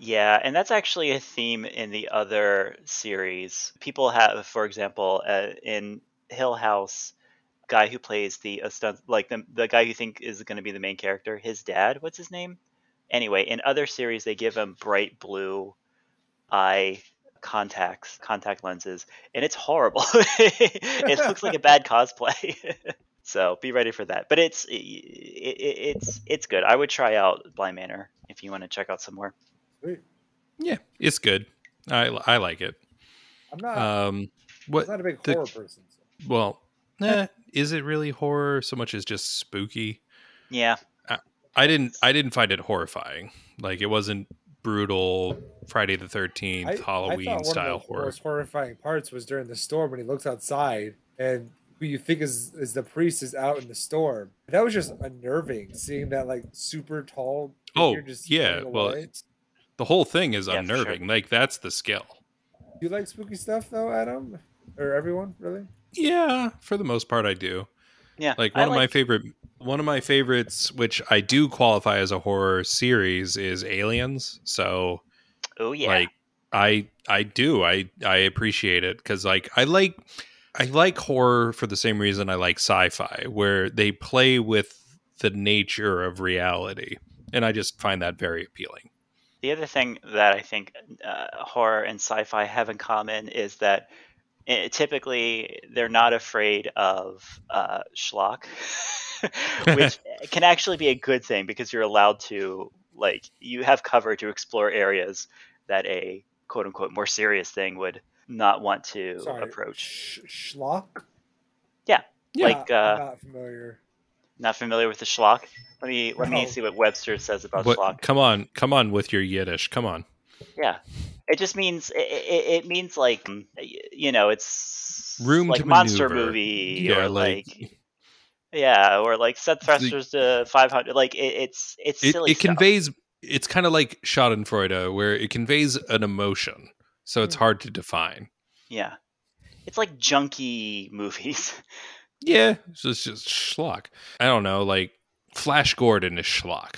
[SPEAKER 3] Yeah, and that's actually a theme in the other series. People have, for example, uh, in Hill House, guy who plays the ostens- like the the guy you think is going to be the main character, his dad. What's his name? Anyway, in other series, they give him bright blue eye contacts, contact lenses, and it's horrible. it looks like a bad cosplay. so be ready for that. But it's it, it, it's it's good. I would try out Blind Manor if you want to check out some more.
[SPEAKER 2] Yeah, it's good. I I like it.
[SPEAKER 1] I'm not
[SPEAKER 2] Um,
[SPEAKER 1] I'm
[SPEAKER 2] what?
[SPEAKER 1] not a big
[SPEAKER 2] the-
[SPEAKER 1] horror person. So.
[SPEAKER 2] Well, eh, is it really horror so much as just spooky?
[SPEAKER 3] Yeah,
[SPEAKER 2] I didn't I didn't find it horrifying. Like it wasn't brutal Friday the Thirteenth Halloween
[SPEAKER 1] thought
[SPEAKER 2] style
[SPEAKER 1] one of the
[SPEAKER 2] horror.
[SPEAKER 1] most horrifying parts was during the storm when he looks outside and who you think is is the priest is out in the storm. That was just unnerving seeing that like super tall.
[SPEAKER 2] Oh
[SPEAKER 1] figure just
[SPEAKER 2] yeah,
[SPEAKER 1] running
[SPEAKER 2] well
[SPEAKER 1] away.
[SPEAKER 2] it's, the whole thing is
[SPEAKER 3] Yeah, for sure.
[SPEAKER 2] unnerving. Like that's the skill.
[SPEAKER 1] you like spooky stuff though, Adam, or everyone really?
[SPEAKER 2] Yeah, for the most part, I do.
[SPEAKER 3] yeah.
[SPEAKER 2] Like
[SPEAKER 3] I
[SPEAKER 2] one of my favorite, one of my favorites, which I do qualify as a horror series, is Aliens. So
[SPEAKER 3] Oh yeah.
[SPEAKER 2] like I I do I I appreciate it because like I like I like horror for the same reason I like sci-fi, where they play with the nature of reality, and I just find that very appealing.
[SPEAKER 3] the other thing that I think uh, horror and sci-fi have in common is that eh, typically they're not afraid of uh, schlock, which can actually be a good thing because you're allowed to like you have cover to explore areas that a quote unquote more serious thing would not want to approach.
[SPEAKER 1] Sh- schlock.
[SPEAKER 2] Yeah.
[SPEAKER 3] Like
[SPEAKER 1] Not-
[SPEAKER 3] uh,
[SPEAKER 1] not familiar.
[SPEAKER 3] not familiar with the schlock. Let me let me
[SPEAKER 1] No.
[SPEAKER 3] see what Webster says about
[SPEAKER 2] What-
[SPEAKER 3] schlock.
[SPEAKER 2] come on, come on with your Yiddish. Come on.
[SPEAKER 3] Yeah, it just means it, it, it means like um, y- you know it's
[SPEAKER 2] Room
[SPEAKER 3] like
[SPEAKER 2] to
[SPEAKER 3] monster
[SPEAKER 2] maneuver.
[SPEAKER 3] movie
[SPEAKER 2] Yeah,
[SPEAKER 3] or like,
[SPEAKER 2] like-
[SPEAKER 3] yeah or like set thrusters to five hundred like it, it's it's
[SPEAKER 2] It,
[SPEAKER 3] silly
[SPEAKER 2] it
[SPEAKER 3] stuff.
[SPEAKER 2] conveys. It's kind of like Schadenfreude, where it conveys an emotion, so it's
[SPEAKER 1] Hmm.
[SPEAKER 2] hard to define.
[SPEAKER 3] yeah it's like junky movies
[SPEAKER 2] Yeah, so it's just schlock. I don't know, like Flash Gordon is schlock.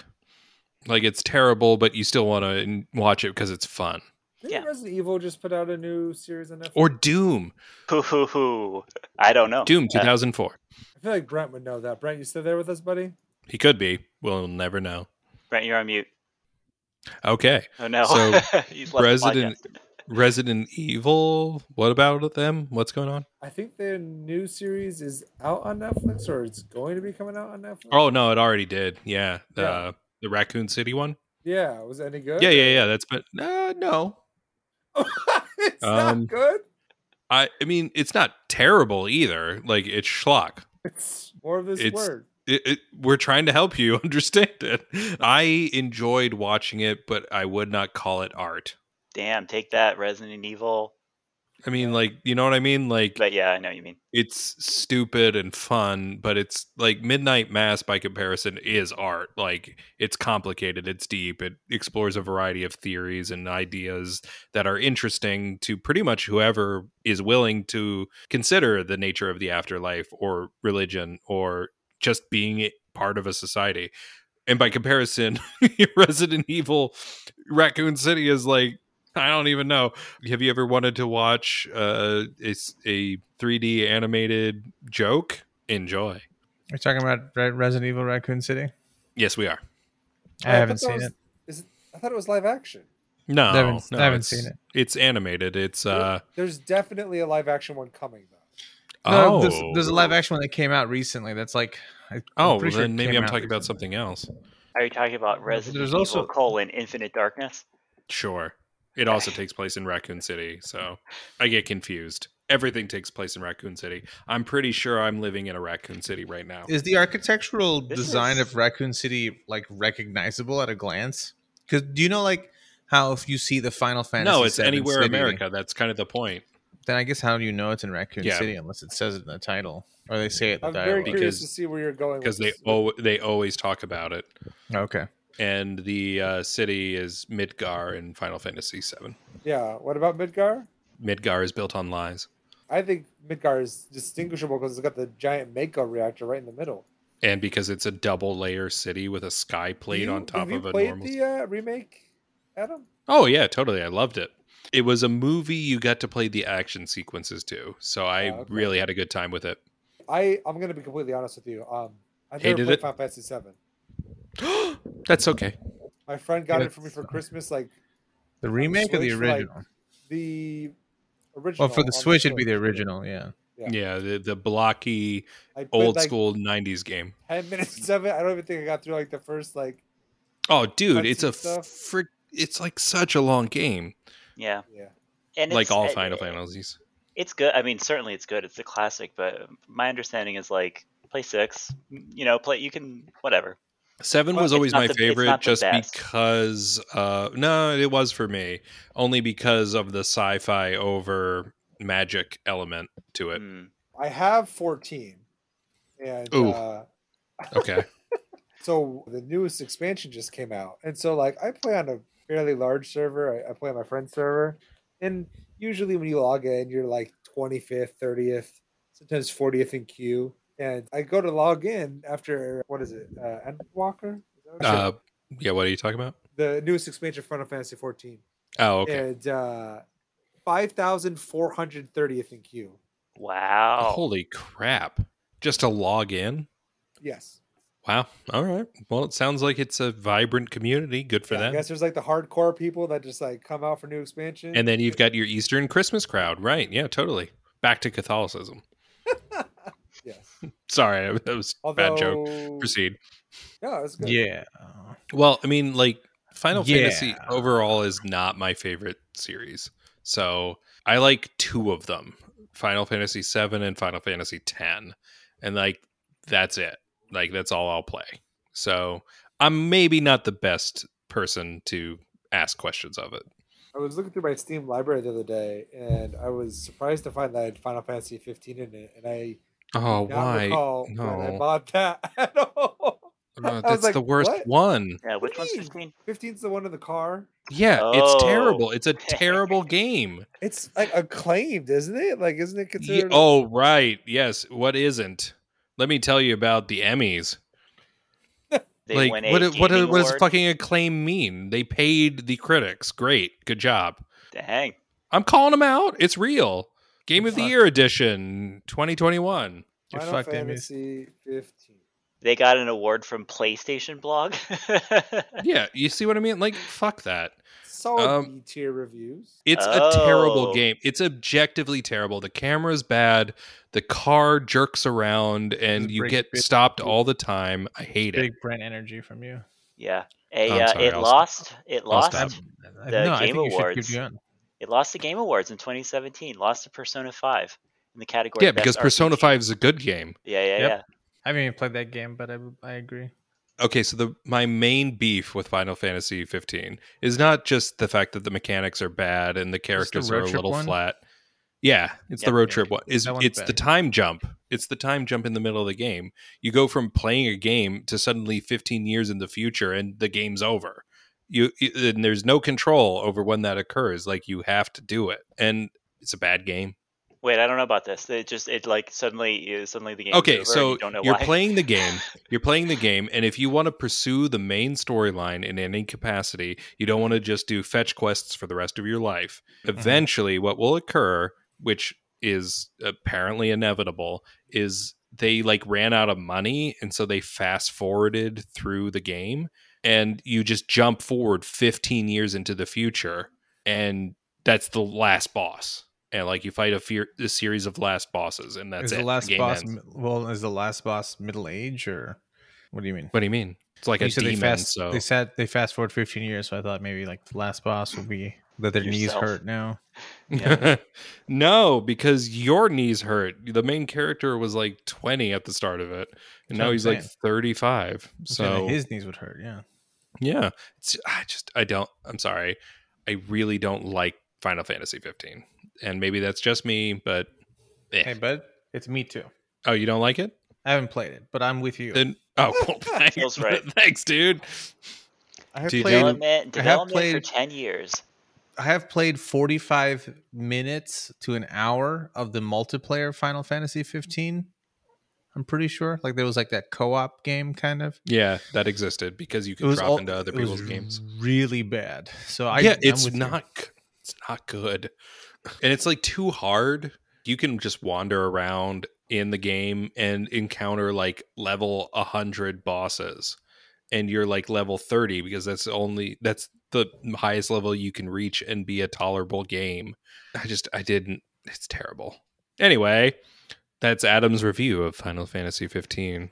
[SPEAKER 2] Like it's terrible, but you still want to watch it because it's fun.
[SPEAKER 1] Didn't
[SPEAKER 3] yeah.
[SPEAKER 1] Resident Evil just put out a new series on Netflix?
[SPEAKER 2] Or Doom,
[SPEAKER 3] hoo hoo hoo I don't know
[SPEAKER 2] Doom
[SPEAKER 3] Uh,
[SPEAKER 1] Oh,
[SPEAKER 2] 2004.
[SPEAKER 1] I feel like Brent would know that. Brent, you still there with us, buddy?
[SPEAKER 2] He could be. We'll never know.
[SPEAKER 3] Brent, you're on mute.
[SPEAKER 2] Okay.
[SPEAKER 3] Oh no,
[SPEAKER 2] So,
[SPEAKER 3] he's left
[SPEAKER 2] Resident-
[SPEAKER 3] the podcast.
[SPEAKER 2] Resident Evil. What about them? What's going on?
[SPEAKER 1] I think their new series is out on Netflix or it's going to be coming out on Netflix.
[SPEAKER 2] Oh no, it already did. Yeah.
[SPEAKER 1] Yeah.
[SPEAKER 2] Uh, the Raccoon City one.
[SPEAKER 1] yeah, was that any good?
[SPEAKER 2] Yeah, yeah, yeah. That's been uh, no.
[SPEAKER 1] it's
[SPEAKER 2] Um,
[SPEAKER 1] not good.
[SPEAKER 2] I I mean, it's not terrible either. Like it's schlock.
[SPEAKER 1] It's more of this
[SPEAKER 2] it's-
[SPEAKER 1] word.
[SPEAKER 2] it, it, we're trying to help you understand it. I enjoyed watching it, but I would not call it art.
[SPEAKER 3] Damn, take that, Resident Evil.
[SPEAKER 2] I mean, like, you know what I mean? Like,
[SPEAKER 3] But yeah, I know what you mean.
[SPEAKER 2] it's stupid and fun, but it's like Midnight Mass by comparison is art. Like, it's complicated, it's deep, it explores a variety of theories and ideas that are interesting to pretty much whoever is willing to consider the nature of the afterlife or religion or just being part of a society. And by comparison, Resident Evil Raccoon City is like, I don't even know. Have you ever wanted to watch uh, a, s- a 3D animated joke? Enjoy.
[SPEAKER 4] We're talking about Re- Resident Evil Raccoon City.
[SPEAKER 2] Yes, we are.
[SPEAKER 4] I
[SPEAKER 1] Oh,
[SPEAKER 4] haven't
[SPEAKER 1] thought that
[SPEAKER 4] seen
[SPEAKER 1] was-
[SPEAKER 4] it.
[SPEAKER 1] Is it. I thought it was live action.
[SPEAKER 2] No,
[SPEAKER 4] I haven't-
[SPEAKER 2] no,
[SPEAKER 4] I haven't
[SPEAKER 2] it's-
[SPEAKER 4] seen it.
[SPEAKER 2] It's animated. It's uh
[SPEAKER 1] There's definitely a live action one coming though.
[SPEAKER 4] No,
[SPEAKER 2] oh,
[SPEAKER 4] there's, there's a live action one that came out recently. That's like I- I'm
[SPEAKER 2] Oh,
[SPEAKER 4] pretty
[SPEAKER 2] well,
[SPEAKER 4] sure it
[SPEAKER 2] then maybe
[SPEAKER 4] came
[SPEAKER 2] I'm
[SPEAKER 4] out
[SPEAKER 2] talking about
[SPEAKER 4] recently.
[SPEAKER 2] something else.
[SPEAKER 3] Are you talking about Resident
[SPEAKER 4] there's
[SPEAKER 3] Evil
[SPEAKER 4] also-
[SPEAKER 3] colon Infinite Darkness?
[SPEAKER 2] Sure. It also takes place in Raccoon City, so I get confused. Everything takes place in Raccoon City. I'm pretty sure I'm living in a Raccoon City right now.
[SPEAKER 4] Is the architectural
[SPEAKER 3] This
[SPEAKER 4] design
[SPEAKER 3] is-
[SPEAKER 4] of Raccoon City like recognizable at a glance? Because do you know like how if you see the Final Fantasy?
[SPEAKER 2] no, it's
[SPEAKER 4] VII
[SPEAKER 2] anywhere
[SPEAKER 4] city,
[SPEAKER 2] America. That's kind of the point.
[SPEAKER 4] Then I guess how do you know it's in Raccoon
[SPEAKER 2] Yeah.
[SPEAKER 4] City unless it says it in the title or they say it in
[SPEAKER 1] I'm
[SPEAKER 4] the
[SPEAKER 1] very
[SPEAKER 4] dialogue?
[SPEAKER 1] curious
[SPEAKER 2] Because-
[SPEAKER 1] to see where you're going with
[SPEAKER 2] because they
[SPEAKER 1] this.
[SPEAKER 2] al- they always talk about it.
[SPEAKER 4] Okay,
[SPEAKER 2] And the uh, city is Midgar in Final Fantasy VII.
[SPEAKER 1] Yeah. What about Midgar?
[SPEAKER 2] Midgar is built on lies,
[SPEAKER 1] I think Midgar is distinguishable because it's got the giant Mako reactor right in the middle.
[SPEAKER 2] and because it's a double layer city with a sky plate
[SPEAKER 1] You-
[SPEAKER 2] on top
[SPEAKER 1] have you
[SPEAKER 2] of a
[SPEAKER 1] played
[SPEAKER 2] normal.
[SPEAKER 1] the uh, remake, Adam?
[SPEAKER 2] Oh yeah, totally. I loved it. It was a movie you got to play the action sequences to, so I
[SPEAKER 1] Oh, okay.
[SPEAKER 2] really had a good time with it.
[SPEAKER 1] I I'm gonna be completely honest with you. Um, I never
[SPEAKER 2] Hated
[SPEAKER 1] played
[SPEAKER 2] it?
[SPEAKER 1] Final Fantasy Seven.
[SPEAKER 2] That's okay.
[SPEAKER 1] My friend got
[SPEAKER 4] Yeah,
[SPEAKER 1] it for me
[SPEAKER 4] it's-
[SPEAKER 1] for Christmas, like
[SPEAKER 4] the remake or the
[SPEAKER 1] Switch, like,
[SPEAKER 4] original?
[SPEAKER 1] the original.
[SPEAKER 4] well, for
[SPEAKER 1] on
[SPEAKER 4] the Switch, it'd be the
[SPEAKER 1] Switch.
[SPEAKER 4] original. Yeah.
[SPEAKER 2] Yeah,
[SPEAKER 1] Yeah.
[SPEAKER 2] the, the blocky
[SPEAKER 1] I played
[SPEAKER 2] old
[SPEAKER 1] like
[SPEAKER 2] school '90s game.
[SPEAKER 1] Ten minutes of it. I don't even think I got through like the first like.
[SPEAKER 2] Oh, dude, it's a
[SPEAKER 1] Fancy stuff.
[SPEAKER 2] frick. It's like such a long game,
[SPEAKER 3] Yeah,
[SPEAKER 1] Yeah.
[SPEAKER 3] and
[SPEAKER 2] like
[SPEAKER 3] it's-
[SPEAKER 2] all
[SPEAKER 3] uh,
[SPEAKER 2] Final Fantasies.
[SPEAKER 3] It's good. I mean, certainly it's good. It's a classic, but my understanding is like play six. You know, play you can whatever.
[SPEAKER 2] Seven
[SPEAKER 3] Well,
[SPEAKER 2] was
[SPEAKER 3] it's
[SPEAKER 2] always
[SPEAKER 3] not
[SPEAKER 2] my
[SPEAKER 3] the- it's
[SPEAKER 2] favorite
[SPEAKER 3] not the
[SPEAKER 2] just
[SPEAKER 3] best.
[SPEAKER 2] because uh no, it was for me. Only because of the sci-fi over magic element to it.
[SPEAKER 3] Mm.
[SPEAKER 1] I have 14, and
[SPEAKER 2] Ooh.
[SPEAKER 1] uh,
[SPEAKER 2] Okay.
[SPEAKER 1] so the newest expansion just came out, and so like I play on a fairly large server. I, I play on my friend's server, and usually when you log in, you're like 25th, 30th, sometimes 40th in queue. And I go to log in after what is it? Uh, Endwalker. Is that what it's
[SPEAKER 2] uh yeah, what are you talking about?
[SPEAKER 1] the newest expansion of Final Fantasy 14.
[SPEAKER 2] Oh, okay.
[SPEAKER 1] And uh 5430th in queue.
[SPEAKER 3] Wow.
[SPEAKER 2] Holy crap. Just to log in?
[SPEAKER 1] Yes.
[SPEAKER 2] Wow. All right. Well, it sounds like it's a vibrant community. Good for
[SPEAKER 1] Yeah, I
[SPEAKER 2] them.
[SPEAKER 1] guess there's like the hardcore people that just like come out for new expansion.
[SPEAKER 2] And then you've got your Eastern Christmas crowd, right? Yeah, totally. Back to Catholicism.
[SPEAKER 1] yes.
[SPEAKER 2] Sorry, that was a
[SPEAKER 1] Although
[SPEAKER 2] bad joke. Proceed.
[SPEAKER 1] No, it's good.
[SPEAKER 4] Yeah.
[SPEAKER 2] Well, I mean, like Final
[SPEAKER 4] Yeah.
[SPEAKER 2] Fantasy overall is not my favorite series. So I like two of them Final Fantasy VII and Final Fantasy X. And like, that's it. Like, that's all I'll play. So I'm maybe not the best person to ask questions of it.
[SPEAKER 1] I was looking through my Steam library the other day and I was surprised to find that I had Final Fantasy 15 in it and I
[SPEAKER 2] Oh,
[SPEAKER 1] do not
[SPEAKER 2] why?
[SPEAKER 1] recall when
[SPEAKER 2] No.
[SPEAKER 1] I bought that at all.
[SPEAKER 2] Oh,
[SPEAKER 1] I
[SPEAKER 2] that's
[SPEAKER 1] was like,
[SPEAKER 2] the worst
[SPEAKER 1] "What?"
[SPEAKER 2] one.
[SPEAKER 3] Yeah, which
[SPEAKER 1] do
[SPEAKER 3] one's
[SPEAKER 1] you mean?
[SPEAKER 3] fifteen?
[SPEAKER 1] 15's the one in the car.
[SPEAKER 2] Yeah,
[SPEAKER 3] Oh.
[SPEAKER 2] it's terrible. It's a terrible game.
[SPEAKER 1] It's like acclaimed, isn't it? Like isn't it
[SPEAKER 2] Ye-
[SPEAKER 1] considered
[SPEAKER 2] oh, right. Yes. What isn't? Let me tell you about the Emmys.
[SPEAKER 3] They
[SPEAKER 2] like,
[SPEAKER 3] win a
[SPEAKER 2] what, do- what, do-
[SPEAKER 3] gaming
[SPEAKER 2] what does
[SPEAKER 3] award?
[SPEAKER 2] fucking acclaim mean? They paid the critics. Great. Good job.
[SPEAKER 3] Dang.
[SPEAKER 2] I'm calling them out. It's real. Game of the
[SPEAKER 4] Fuck.
[SPEAKER 2] Year edition 2021.
[SPEAKER 4] You're
[SPEAKER 1] Final
[SPEAKER 4] fucked, Emmys.
[SPEAKER 1] Fantasy 15.
[SPEAKER 3] they got an award from PlayStation Blog.
[SPEAKER 2] Yeah, you see what I mean? Like, fuck that.
[SPEAKER 1] Solid
[SPEAKER 2] Um,
[SPEAKER 1] B tier reviews.
[SPEAKER 2] It's a terrible
[SPEAKER 3] Oh.
[SPEAKER 2] game. It's objectively terrible. The camera's bad. The car jerks around and
[SPEAKER 4] Just
[SPEAKER 2] you
[SPEAKER 4] break
[SPEAKER 2] get
[SPEAKER 4] big-
[SPEAKER 2] stopped all the time. I hate it.
[SPEAKER 4] Big brand energy from you.
[SPEAKER 3] yeah. A,
[SPEAKER 2] I'm
[SPEAKER 3] uh,
[SPEAKER 2] sorry,
[SPEAKER 3] it
[SPEAKER 2] I'll-
[SPEAKER 3] lost. It
[SPEAKER 2] I'll
[SPEAKER 3] lost.
[SPEAKER 2] stop.
[SPEAKER 4] I-
[SPEAKER 3] The
[SPEAKER 4] no, I
[SPEAKER 3] Game
[SPEAKER 4] think you should
[SPEAKER 3] Awards.
[SPEAKER 4] keep going.
[SPEAKER 3] It lost the Game Awards in 2017. Lost to Persona 5 in the category.
[SPEAKER 2] Yeah,
[SPEAKER 3] Best
[SPEAKER 2] because Persona
[SPEAKER 3] RPG.
[SPEAKER 2] 5 is a good game.
[SPEAKER 3] Yeah, yeah,
[SPEAKER 4] Yep.
[SPEAKER 3] yeah.
[SPEAKER 4] I haven't even played that game, but I, I agree.
[SPEAKER 2] Okay, so the my main beef with Final Fantasy 15 is not just the fact that the mechanics are bad and the characters
[SPEAKER 4] road
[SPEAKER 2] are a
[SPEAKER 4] trip
[SPEAKER 2] little
[SPEAKER 4] one?
[SPEAKER 2] flat. Yeah, it's
[SPEAKER 3] Yeah,
[SPEAKER 2] the road
[SPEAKER 4] yeah.
[SPEAKER 2] trip one. Is
[SPEAKER 4] That one's
[SPEAKER 2] it's the
[SPEAKER 4] bad.
[SPEAKER 2] time jump. It's the time jump in the middle of the game. You go from playing a game to suddenly 15 years in the future and the game's over. You you- and there's no control over when that occurs. Like you have to do it. And it's a bad game.
[SPEAKER 3] Wait, I don't know about this. It just it like suddenly uh, suddenly the game.
[SPEAKER 2] okay,
[SPEAKER 3] over and
[SPEAKER 2] so
[SPEAKER 3] you don't know
[SPEAKER 2] you're
[SPEAKER 3] why.
[SPEAKER 2] playing the game. You're playing the game, and if you want to pursue the main storyline in any capacity, you don't want to just do fetch quests for the rest of your life.
[SPEAKER 4] Mm-hmm.
[SPEAKER 2] Eventually, what will occur, which is apparently inevitable, is they like ran out of money, and so they fast forwarded through the game, and you just jump forward 15 years into the future, and that's the last boss. And like you fight a, fear, a series of last bosses, and that's
[SPEAKER 4] is
[SPEAKER 2] it.
[SPEAKER 4] the last
[SPEAKER 2] game
[SPEAKER 4] boss?
[SPEAKER 2] ends.
[SPEAKER 4] mi- Well, is the last boss middle age or what do you mean?
[SPEAKER 2] What do you mean? It's like
[SPEAKER 4] you
[SPEAKER 2] a
[SPEAKER 4] said
[SPEAKER 2] demon.
[SPEAKER 4] they fast.
[SPEAKER 2] so
[SPEAKER 4] They sat. They fast forward 15 years, so I thought maybe like the last boss will be that their knees
[SPEAKER 3] Yourself.
[SPEAKER 4] hurt now. Yeah.
[SPEAKER 2] no, because your knees hurt. The main character was like 20 at the start of it, and
[SPEAKER 4] That's what
[SPEAKER 2] now
[SPEAKER 4] I'm
[SPEAKER 2] he's like
[SPEAKER 4] saying.
[SPEAKER 2] 35.
[SPEAKER 4] So
[SPEAKER 2] So
[SPEAKER 4] his knees would hurt. Yeah.
[SPEAKER 2] yeah, it's, I just I don't. I'm sorry. I really don't like Final Fantasy 15, and maybe that's just me. But eh.
[SPEAKER 4] Hey, bud, it's me too.
[SPEAKER 2] oh, you don't like it?
[SPEAKER 4] I haven't played it, but I'm with you.
[SPEAKER 2] Then oh, well, thanks,
[SPEAKER 3] Feels right.
[SPEAKER 2] thanks, dude.
[SPEAKER 4] I have
[SPEAKER 2] do you
[SPEAKER 4] played.
[SPEAKER 2] know-
[SPEAKER 3] development
[SPEAKER 4] I have
[SPEAKER 3] development for
[SPEAKER 4] played-
[SPEAKER 3] ten years.
[SPEAKER 4] I have played 45 minutes to an hour of the multiplayer Final Fantasy 15. I'm pretty sure. Like there was like that co-op game kind of.
[SPEAKER 2] Yeah, that existed because you
[SPEAKER 4] it
[SPEAKER 2] could
[SPEAKER 4] was
[SPEAKER 2] drop
[SPEAKER 4] all-
[SPEAKER 2] into other
[SPEAKER 4] it was
[SPEAKER 2] people's games.
[SPEAKER 4] Really bad. So I
[SPEAKER 2] yeah,
[SPEAKER 4] I'm
[SPEAKER 2] it's
[SPEAKER 4] with you.
[SPEAKER 2] not g- it's not good. And it's like too hard. You can just wander around in the game and encounter like level 100 bosses and you're like level 30 because that's only that's the highest level you can reach and be a tolerable game. I just I didn't it's terrible. Anyway, that's Adam's review of Final Fantasy 15.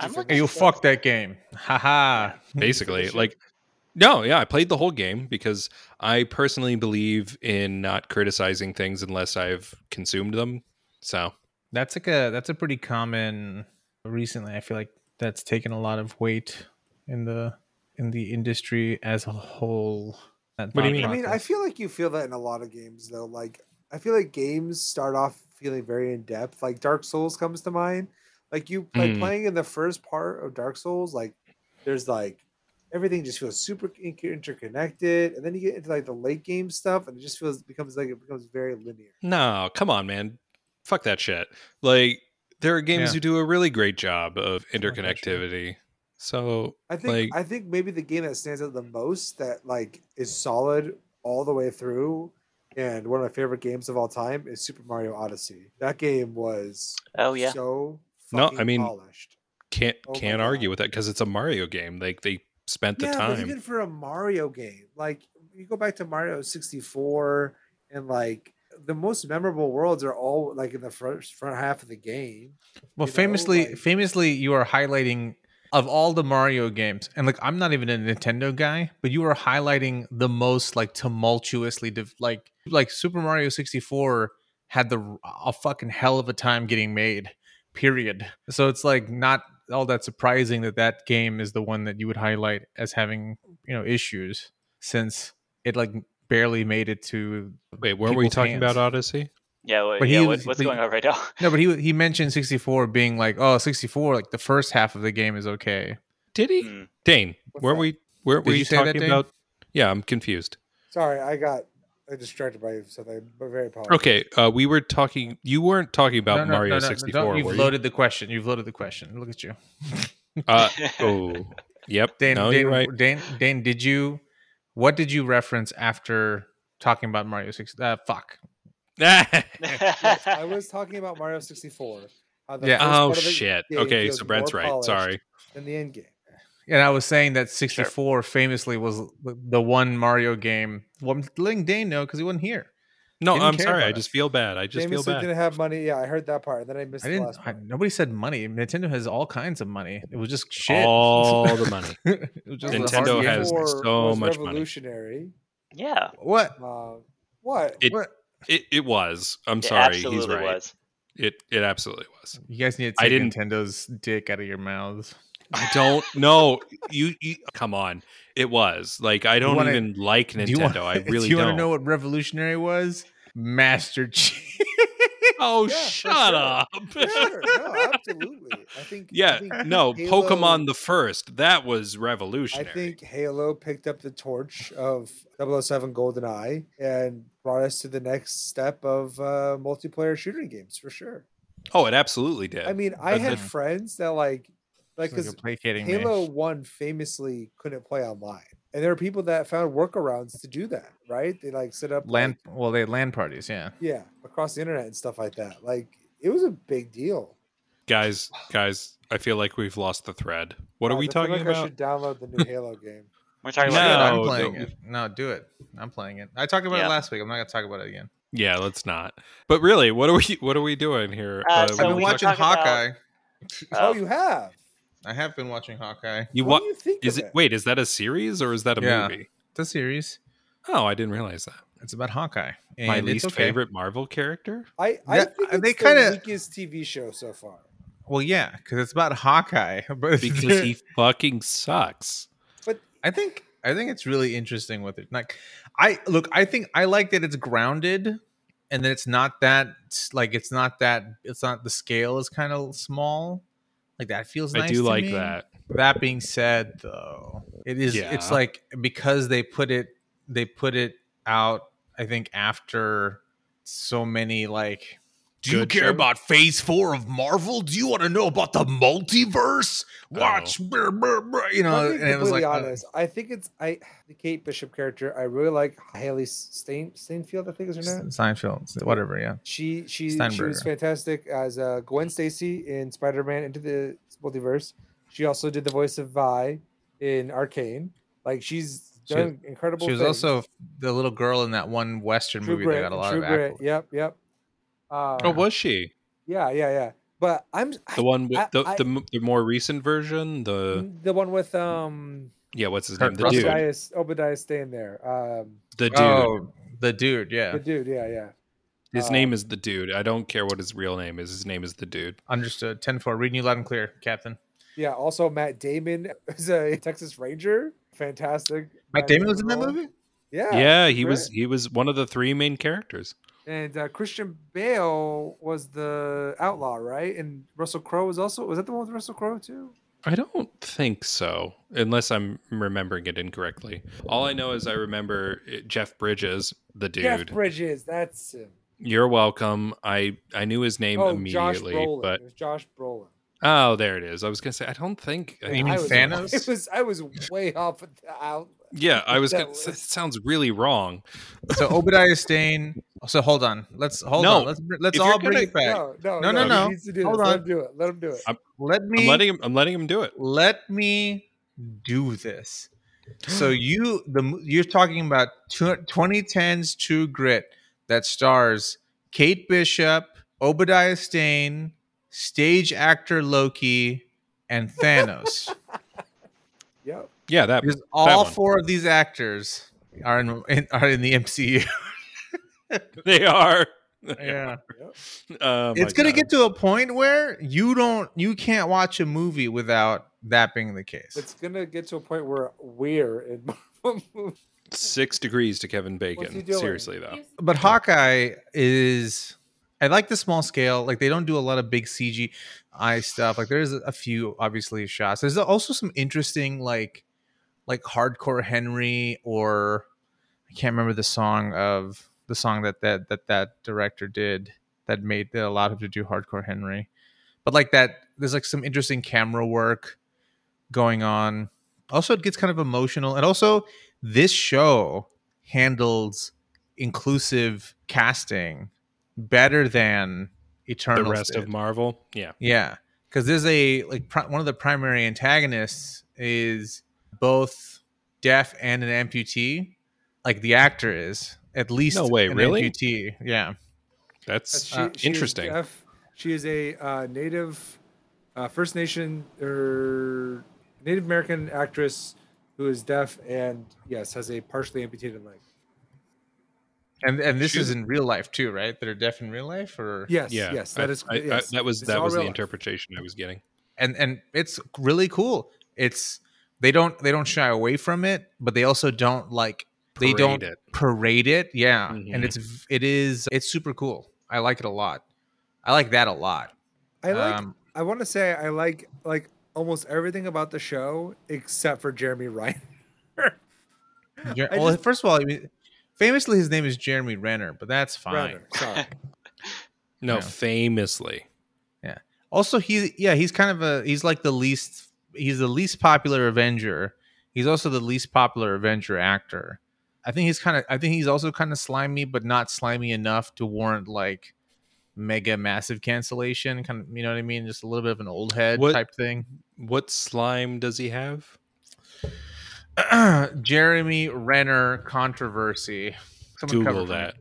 [SPEAKER 3] I'm
[SPEAKER 4] Hey,
[SPEAKER 3] looking
[SPEAKER 4] you
[SPEAKER 3] at this.
[SPEAKER 4] fuck that game. Haha.
[SPEAKER 2] basically like no yeah i played the whole game because i personally believe in not criticizing things unless i've consumed them so
[SPEAKER 4] That's like a that's a pretty common recently. I feel like that's taken a lot of weight in the in the industry as a whole. That
[SPEAKER 2] What do you mean?
[SPEAKER 4] thought
[SPEAKER 1] I mean, I
[SPEAKER 4] process.
[SPEAKER 1] feel like you feel that in a lot of games, though. Like, I feel like games start off feeling very in depth. Like Dark Souls comes to mind. Like you, like
[SPEAKER 2] Mm.
[SPEAKER 1] playing in the first part of Dark Souls, like there's like everything just feels super in- interconnected, and then you get into like the late game stuff, and it just feels becomes like it becomes very linear.
[SPEAKER 2] no come on man fuck that shit like there are games
[SPEAKER 4] Yeah.
[SPEAKER 2] who do a really great job of
[SPEAKER 4] that shit.
[SPEAKER 2] interconnectivity so
[SPEAKER 1] I think
[SPEAKER 2] Like-
[SPEAKER 1] I think maybe the game that stands out the most that like is solid all the way through, and one of my favorite games of all time is Super Mario Odyssey. That game was
[SPEAKER 3] Oh yeah.
[SPEAKER 1] so
[SPEAKER 2] No, I
[SPEAKER 1] fucking
[SPEAKER 2] mean,
[SPEAKER 1] polished.
[SPEAKER 2] can't
[SPEAKER 1] Oh my
[SPEAKER 2] can't
[SPEAKER 1] God.
[SPEAKER 2] argue with that because it's a mario game like they spent the
[SPEAKER 1] yeah, but
[SPEAKER 2] time
[SPEAKER 1] even for a Mario game, like you go back to Mario sixty four, and like the most memorable worlds are all like in the first front half of the game.
[SPEAKER 4] Well,
[SPEAKER 1] you know,
[SPEAKER 4] famously,
[SPEAKER 1] like-
[SPEAKER 4] famously, you are highlighting of all the Mario games, and like I'm not even a Nintendo guy, but you are highlighting the most like tumultuously div- like like Super Mario 64 had the a fucking hell of a time getting made. Period. So it's like not all that surprising that that game is the one that you would highlight as having you know issues since it like barely made it to
[SPEAKER 2] wait weren't we
[SPEAKER 4] people's
[SPEAKER 2] talking
[SPEAKER 4] hands.
[SPEAKER 2] about odyssey
[SPEAKER 3] Yeah. What,
[SPEAKER 4] But he
[SPEAKER 3] yeah what,
[SPEAKER 4] was-
[SPEAKER 3] what's
[SPEAKER 4] but-
[SPEAKER 3] going on right now?
[SPEAKER 4] no but he he mentioned 64 being like oh 64 like the first half of the game is okay
[SPEAKER 2] did he
[SPEAKER 3] Hmm.
[SPEAKER 2] dane
[SPEAKER 1] What's
[SPEAKER 2] weren't
[SPEAKER 1] that?
[SPEAKER 2] we weren't
[SPEAKER 4] Did
[SPEAKER 2] we
[SPEAKER 4] you say that,
[SPEAKER 2] talking
[SPEAKER 4] Dane?
[SPEAKER 2] about yeah i'm confused
[SPEAKER 1] Sorry, I got I distracted by something, but very polished.
[SPEAKER 2] Okay, uh, we were talking. You weren't talking about Mario sixty four.
[SPEAKER 4] You've
[SPEAKER 2] were you?
[SPEAKER 4] loaded the question. You've loaded the question. Look at you,
[SPEAKER 2] Uh, oh, yep.
[SPEAKER 4] Dane.
[SPEAKER 2] no,
[SPEAKER 4] Dane,
[SPEAKER 2] you're right.
[SPEAKER 4] Dane. Dane, Did you? What did you reference after talking about Mario Six? Uh, fuck.
[SPEAKER 1] Yes, I was talking about Mario sixty four. Uh,
[SPEAKER 4] Yeah.
[SPEAKER 1] first
[SPEAKER 2] Oh
[SPEAKER 1] part of the
[SPEAKER 2] shit.
[SPEAKER 1] game
[SPEAKER 2] Okay,
[SPEAKER 1] feels
[SPEAKER 2] so Brent's
[SPEAKER 1] more
[SPEAKER 2] right.
[SPEAKER 1] polished
[SPEAKER 2] Sorry.
[SPEAKER 1] than the end game.
[SPEAKER 4] And I was saying that 64 famously was the one Mario game. Well, I'm letting Dane know because he wasn't here.
[SPEAKER 2] No,
[SPEAKER 4] Didn't
[SPEAKER 2] I'm
[SPEAKER 4] care
[SPEAKER 2] sorry.
[SPEAKER 4] about
[SPEAKER 2] I
[SPEAKER 4] it.
[SPEAKER 2] just feel bad. I just
[SPEAKER 1] Jameson
[SPEAKER 2] feel bad.
[SPEAKER 1] didn't have money. Yeah, I heard that part, and then I missed
[SPEAKER 4] I
[SPEAKER 1] the
[SPEAKER 4] didn't.
[SPEAKER 1] last
[SPEAKER 4] I,
[SPEAKER 1] part.
[SPEAKER 4] nobody said money. Nintendo has all kinds of money. It was just shit.
[SPEAKER 2] All the money.
[SPEAKER 4] It was just a hard
[SPEAKER 2] Nintendo
[SPEAKER 4] game.
[SPEAKER 2] has
[SPEAKER 1] Four
[SPEAKER 2] so
[SPEAKER 1] was
[SPEAKER 2] much money.
[SPEAKER 1] revolutionary.
[SPEAKER 3] Yeah,
[SPEAKER 4] what?
[SPEAKER 1] money. Uh, what?
[SPEAKER 2] It-
[SPEAKER 4] what?
[SPEAKER 2] It, it was. I'm
[SPEAKER 3] it
[SPEAKER 2] sorry. He's
[SPEAKER 3] absolutely
[SPEAKER 2] right.
[SPEAKER 3] was.
[SPEAKER 2] It it absolutely was.
[SPEAKER 4] You guys need to
[SPEAKER 2] I
[SPEAKER 4] take
[SPEAKER 2] didn't-
[SPEAKER 4] Nintendo's dick out of your mouths.
[SPEAKER 2] I don't know. You, you come on. It was like I don't
[SPEAKER 4] wanna-
[SPEAKER 2] even like
[SPEAKER 4] do you
[SPEAKER 2] Nintendo.
[SPEAKER 4] want,
[SPEAKER 2] I
[SPEAKER 4] do
[SPEAKER 2] really
[SPEAKER 4] you
[SPEAKER 2] do
[SPEAKER 4] want to
[SPEAKER 2] not
[SPEAKER 4] know what revolutionary was? Master Chief.
[SPEAKER 2] Oh,
[SPEAKER 1] Yeah, for
[SPEAKER 2] shut
[SPEAKER 1] sure.
[SPEAKER 2] up.
[SPEAKER 1] Sure, no, absolutely. I think. I
[SPEAKER 2] yeah,
[SPEAKER 1] think
[SPEAKER 2] no,
[SPEAKER 1] Halo-
[SPEAKER 2] Pokemon the first. That was
[SPEAKER 1] I
[SPEAKER 2] revolutionary.
[SPEAKER 1] think Halo picked up the torch of 007 GoldenEye and brought us to the next step of uh, multiplayer shooter games for sure.
[SPEAKER 2] oh, it absolutely did.
[SPEAKER 1] I mean, I
[SPEAKER 2] But
[SPEAKER 1] had
[SPEAKER 4] then-
[SPEAKER 1] friends that like, like,
[SPEAKER 4] Sounds
[SPEAKER 1] because
[SPEAKER 4] you're placating me.
[SPEAKER 1] Halo One famously couldn't play online, and there are people that found workarounds to do that. Right? They like set up like,
[SPEAKER 4] Land. Well, they had land parties. Yeah.
[SPEAKER 1] yeah, across the internet and stuff like that. Like, it was a big deal.
[SPEAKER 2] guys, guys, I feel like we've lost the thread. What are
[SPEAKER 1] Guys, Oh, Uh, I
[SPEAKER 2] we
[SPEAKER 1] feel
[SPEAKER 2] talking
[SPEAKER 1] like I
[SPEAKER 2] about?
[SPEAKER 1] should download the new Halo game.
[SPEAKER 3] We're talking
[SPEAKER 4] Shit,
[SPEAKER 3] about.
[SPEAKER 2] No.
[SPEAKER 4] I'm playing
[SPEAKER 2] don't-
[SPEAKER 4] it. No, do it. I'm playing it. I talked about
[SPEAKER 3] Yeah.
[SPEAKER 4] it last week. I'm not gonna talk about it again.
[SPEAKER 2] Yeah, let's not. But really, what are we what are we doing here?
[SPEAKER 3] Uh,
[SPEAKER 2] we
[SPEAKER 3] So
[SPEAKER 4] I've been
[SPEAKER 3] we
[SPEAKER 2] talked-
[SPEAKER 3] were
[SPEAKER 4] watching
[SPEAKER 3] talking about-
[SPEAKER 4] Hawkeye.
[SPEAKER 1] oh,
[SPEAKER 3] Oh.
[SPEAKER 1] you have.
[SPEAKER 4] I have been watching Hawkeye.
[SPEAKER 2] you
[SPEAKER 1] what
[SPEAKER 2] what
[SPEAKER 1] do you think?
[SPEAKER 2] is
[SPEAKER 1] of
[SPEAKER 2] it, wait, is that a series or is that a
[SPEAKER 4] Yeah.
[SPEAKER 2] movie?
[SPEAKER 4] The series.
[SPEAKER 2] Oh, I didn't realize that.
[SPEAKER 4] It's about Hawkeye. And
[SPEAKER 2] My
[SPEAKER 4] it's
[SPEAKER 2] least
[SPEAKER 4] okay.
[SPEAKER 2] favorite Marvel character?
[SPEAKER 1] I, I
[SPEAKER 4] Yeah,
[SPEAKER 1] think
[SPEAKER 4] uh,
[SPEAKER 1] it's
[SPEAKER 4] they
[SPEAKER 1] they kind
[SPEAKER 4] kinda-
[SPEAKER 1] of weakest TV show so far.
[SPEAKER 4] Well, yeah, because it's about Hawkeye. But
[SPEAKER 2] Because he fucking sucks.
[SPEAKER 4] I think I think it's really interesting with it. Like, I look. I think I like that it's grounded, and that it's not that like it's not that it's not the scale is kind of small. Like that feels.
[SPEAKER 2] I
[SPEAKER 4] nice
[SPEAKER 2] do
[SPEAKER 4] to
[SPEAKER 2] like
[SPEAKER 4] me.
[SPEAKER 2] that.
[SPEAKER 4] That being said, though, it is it's
[SPEAKER 2] Yeah.
[SPEAKER 4] like because they put it they put it out. I think after so many like. Do you
[SPEAKER 2] Good
[SPEAKER 4] care
[SPEAKER 2] shows?
[SPEAKER 4] about Phase Four of Marvel? Do you want to know about the multiverse?
[SPEAKER 2] Oh.
[SPEAKER 4] Watch, brr, brr, brr," you know,
[SPEAKER 1] I'll be
[SPEAKER 4] and it was
[SPEAKER 1] completely
[SPEAKER 4] like uh,
[SPEAKER 1] honest. I think it's I the Kate Bishop character. I really like Haley Stein, Steinfeld. I think is her name.
[SPEAKER 4] S- Seinfeld, whatever. Yeah,
[SPEAKER 1] She she she was
[SPEAKER 4] Steinberger.
[SPEAKER 1] fantastic as uh, Gwen Stacy in Spider Man Into the Multiverse. She also did the voice of Vi in Arcane. Like she's
[SPEAKER 4] She-
[SPEAKER 1] done incredible.
[SPEAKER 4] she was
[SPEAKER 1] things.
[SPEAKER 4] also the little girl in that one Western
[SPEAKER 1] True
[SPEAKER 4] movie
[SPEAKER 1] Grit.
[SPEAKER 4] that got a lot
[SPEAKER 1] True
[SPEAKER 4] of
[SPEAKER 1] Grit.
[SPEAKER 4] accolades.
[SPEAKER 1] Yep, yep. Uh,
[SPEAKER 2] Oh, was she?
[SPEAKER 1] yeah, yeah, yeah. But I'm
[SPEAKER 2] The one with
[SPEAKER 1] I-
[SPEAKER 2] the,
[SPEAKER 1] I- Hmm?
[SPEAKER 2] the, m the more recent version, the
[SPEAKER 1] the one with um
[SPEAKER 2] yeah, what's his
[SPEAKER 4] Kurt
[SPEAKER 2] name? The
[SPEAKER 4] Russell.
[SPEAKER 2] dude.
[SPEAKER 1] Obadiah, Obadiah staying there. Um,
[SPEAKER 2] The dude.
[SPEAKER 4] Oh, the dude. Yeah,
[SPEAKER 1] the dude. Yeah, yeah.
[SPEAKER 2] his
[SPEAKER 1] uh,
[SPEAKER 2] name is the dude. I don't care what his real name is. His name is the dude.
[SPEAKER 4] understood. Ten four. Reading you loud and clear, Captain.
[SPEAKER 1] Yeah, also Matt Damon is a Texas Ranger. Fantastic.
[SPEAKER 4] Matt Damon was in that
[SPEAKER 1] role.
[SPEAKER 4] movie.
[SPEAKER 1] Yeah.
[SPEAKER 2] Yeah, he was.
[SPEAKER 1] right.
[SPEAKER 2] He was one of the three main characters.
[SPEAKER 1] And uh, Christian Bale was the outlaw, right? And Russell Crowe was also was that the one with Russell Crowe too?
[SPEAKER 2] I don't think so, unless I'm remembering it incorrectly. All I know is I remember it- Jeff Bridges, the dude.
[SPEAKER 1] Jeff Bridges, that's him.
[SPEAKER 2] You're welcome. I I knew his name
[SPEAKER 1] Oh, Josh
[SPEAKER 2] immediately,
[SPEAKER 1] Brolin.
[SPEAKER 2] but
[SPEAKER 1] It was Josh Brolin.
[SPEAKER 2] oh, there it is. I was gonna say I don't think. I
[SPEAKER 1] Yeah,
[SPEAKER 4] You mean
[SPEAKER 1] I was,
[SPEAKER 4] Thanos?
[SPEAKER 1] It was I was way off at the out.
[SPEAKER 2] Yeah, I was.
[SPEAKER 1] That
[SPEAKER 2] Gonna,
[SPEAKER 1] was-
[SPEAKER 2] that sounds really wrong.
[SPEAKER 4] So Obadiah Stane. So hold on. Let's hold
[SPEAKER 2] No,
[SPEAKER 4] on. Let's br- let's
[SPEAKER 2] if you're
[SPEAKER 4] all bring
[SPEAKER 2] gonna-
[SPEAKER 4] it back.
[SPEAKER 1] No, no,
[SPEAKER 4] No,
[SPEAKER 1] no,
[SPEAKER 4] no,
[SPEAKER 1] he
[SPEAKER 4] no.
[SPEAKER 1] needs to do
[SPEAKER 4] Hold
[SPEAKER 1] this. Let
[SPEAKER 4] on.
[SPEAKER 1] him do it. Let him do it.
[SPEAKER 4] Let
[SPEAKER 2] I'm
[SPEAKER 4] me
[SPEAKER 2] letting him. I'm letting him do it.
[SPEAKER 4] let me do this. So you the mo- you're talking about two, 2010's True Grit that stars Kate Bishop, Obadiah Stane, stage actor Loki, and Thanos.
[SPEAKER 1] Yep.
[SPEAKER 2] Yeah, that
[SPEAKER 4] because all
[SPEAKER 2] one.
[SPEAKER 4] four of these actors are in, in are in the MCU.
[SPEAKER 2] they are.
[SPEAKER 1] Yep.
[SPEAKER 2] Oh, my
[SPEAKER 4] it's gonna
[SPEAKER 2] God.
[SPEAKER 4] get to a point where you don't you can't watch a movie without that being the case.
[SPEAKER 1] It's gonna get to a point where we're in Marvel movies.
[SPEAKER 2] six degrees to Kevin
[SPEAKER 1] What's he
[SPEAKER 2] Bacon.
[SPEAKER 1] doing?
[SPEAKER 2] Seriously though,
[SPEAKER 4] but Hawkeye is I like the small scale. Like they don't do a lot of big CGI stuff. Like there's a few obviously shots. There's also some interesting like like hardcore Henry or I can't remember the song of the song that that that that director did that made that allowed him to do hardcore Henry. But like that there's like some interesting camera work going on. Also it gets kind of emotional and also this show handles inclusive casting better than Eternals.
[SPEAKER 2] the rest
[SPEAKER 4] did.
[SPEAKER 2] of Marvel. Yeah.
[SPEAKER 4] Yeah, because there's a like pri- one of the primary antagonists is both deaf and an amputee. Like the actor is at least
[SPEAKER 2] No way,
[SPEAKER 4] an
[SPEAKER 2] really?
[SPEAKER 4] amputee. Yeah,
[SPEAKER 2] That's,
[SPEAKER 1] That's-
[SPEAKER 4] uh,
[SPEAKER 1] she- she is
[SPEAKER 2] interesting.
[SPEAKER 1] deaf. She is a uh, native uh, First Nation or Native American actress who is deaf and yes has a partially amputated leg.
[SPEAKER 4] and and this
[SPEAKER 2] Shoot.
[SPEAKER 4] is in real life too, right? That are deaf in real life, or
[SPEAKER 1] Yes,
[SPEAKER 2] yeah.
[SPEAKER 1] yes, that
[SPEAKER 2] I-
[SPEAKER 1] is
[SPEAKER 2] I- I-
[SPEAKER 1] yes.
[SPEAKER 2] that was
[SPEAKER 1] It's
[SPEAKER 2] that
[SPEAKER 1] all
[SPEAKER 2] was the
[SPEAKER 1] real life.
[SPEAKER 2] interpretation I was getting.
[SPEAKER 4] and and it's really cool. It's they don't they don't shy away from it, but they also don't like they
[SPEAKER 2] Parade
[SPEAKER 4] don't
[SPEAKER 2] it.
[SPEAKER 4] parade it. Yeah,
[SPEAKER 2] Mhm.
[SPEAKER 4] and it's v- it is it's super cool. I like it a lot. I like that a lot.
[SPEAKER 1] I like.
[SPEAKER 4] Um,
[SPEAKER 1] I want to say I like like almost everything about the show except for Jeremy Ryan.
[SPEAKER 4] Jer-
[SPEAKER 1] I
[SPEAKER 4] well,
[SPEAKER 1] just-
[SPEAKER 4] first of all, I mean, famously his name is Jeremy Renner, but that's fine.
[SPEAKER 1] Rather, sorry.
[SPEAKER 2] No,
[SPEAKER 4] Yeah.
[SPEAKER 2] famously.
[SPEAKER 4] Also, he yeah, he's kind of a he's like the least he's the least popular Avenger. He's also the least popular Avenger actor. I think he's kind of I think he's also kind of slimy, but not slimy enough to warrant like mega massive cancellation. Kind of you know what I mean? Just a little bit of an old head
[SPEAKER 2] What-
[SPEAKER 4] type thing.
[SPEAKER 2] What slime does he have?
[SPEAKER 4] Jeremy Renner controversy. Someone cover
[SPEAKER 2] Google
[SPEAKER 4] for me.
[SPEAKER 2] that.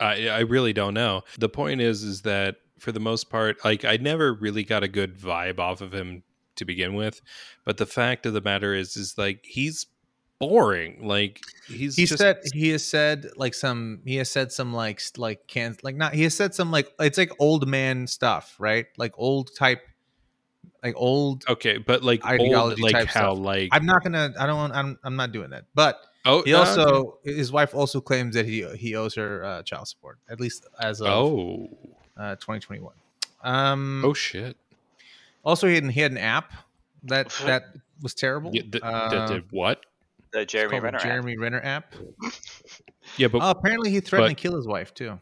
[SPEAKER 2] I I really don't know. The point is is that for the most part, like I never really got a good vibe off of him to begin with. But the fact of the matter is is like he's boring. Like he's
[SPEAKER 4] he
[SPEAKER 2] just,
[SPEAKER 4] said he has said like some he has said some like s- like can like not he has said some like it's like old man stuff right like old type like old
[SPEAKER 2] okay, but like old,
[SPEAKER 4] Ideology
[SPEAKER 2] like
[SPEAKER 4] type
[SPEAKER 2] how
[SPEAKER 4] stuff.
[SPEAKER 2] like
[SPEAKER 4] i'm not gonna i don't want i'm, I'm not doing that but
[SPEAKER 2] oh
[SPEAKER 4] he
[SPEAKER 2] no,
[SPEAKER 4] also his wife also claims that he he owes her uh, child support at least as of
[SPEAKER 2] oh
[SPEAKER 4] uh, 2021 um
[SPEAKER 2] oh shit
[SPEAKER 4] also he had, an- he had an app that that was terrible
[SPEAKER 2] Yeah, th-
[SPEAKER 4] Uh,
[SPEAKER 2] th- th- what
[SPEAKER 3] The
[SPEAKER 4] it's
[SPEAKER 3] Jeremy
[SPEAKER 4] called the
[SPEAKER 3] Renner. app.
[SPEAKER 4] Jeremy Renner app.
[SPEAKER 2] yeah but
[SPEAKER 4] Oh, apparently, he threatened
[SPEAKER 2] but-
[SPEAKER 4] to kill his wife too.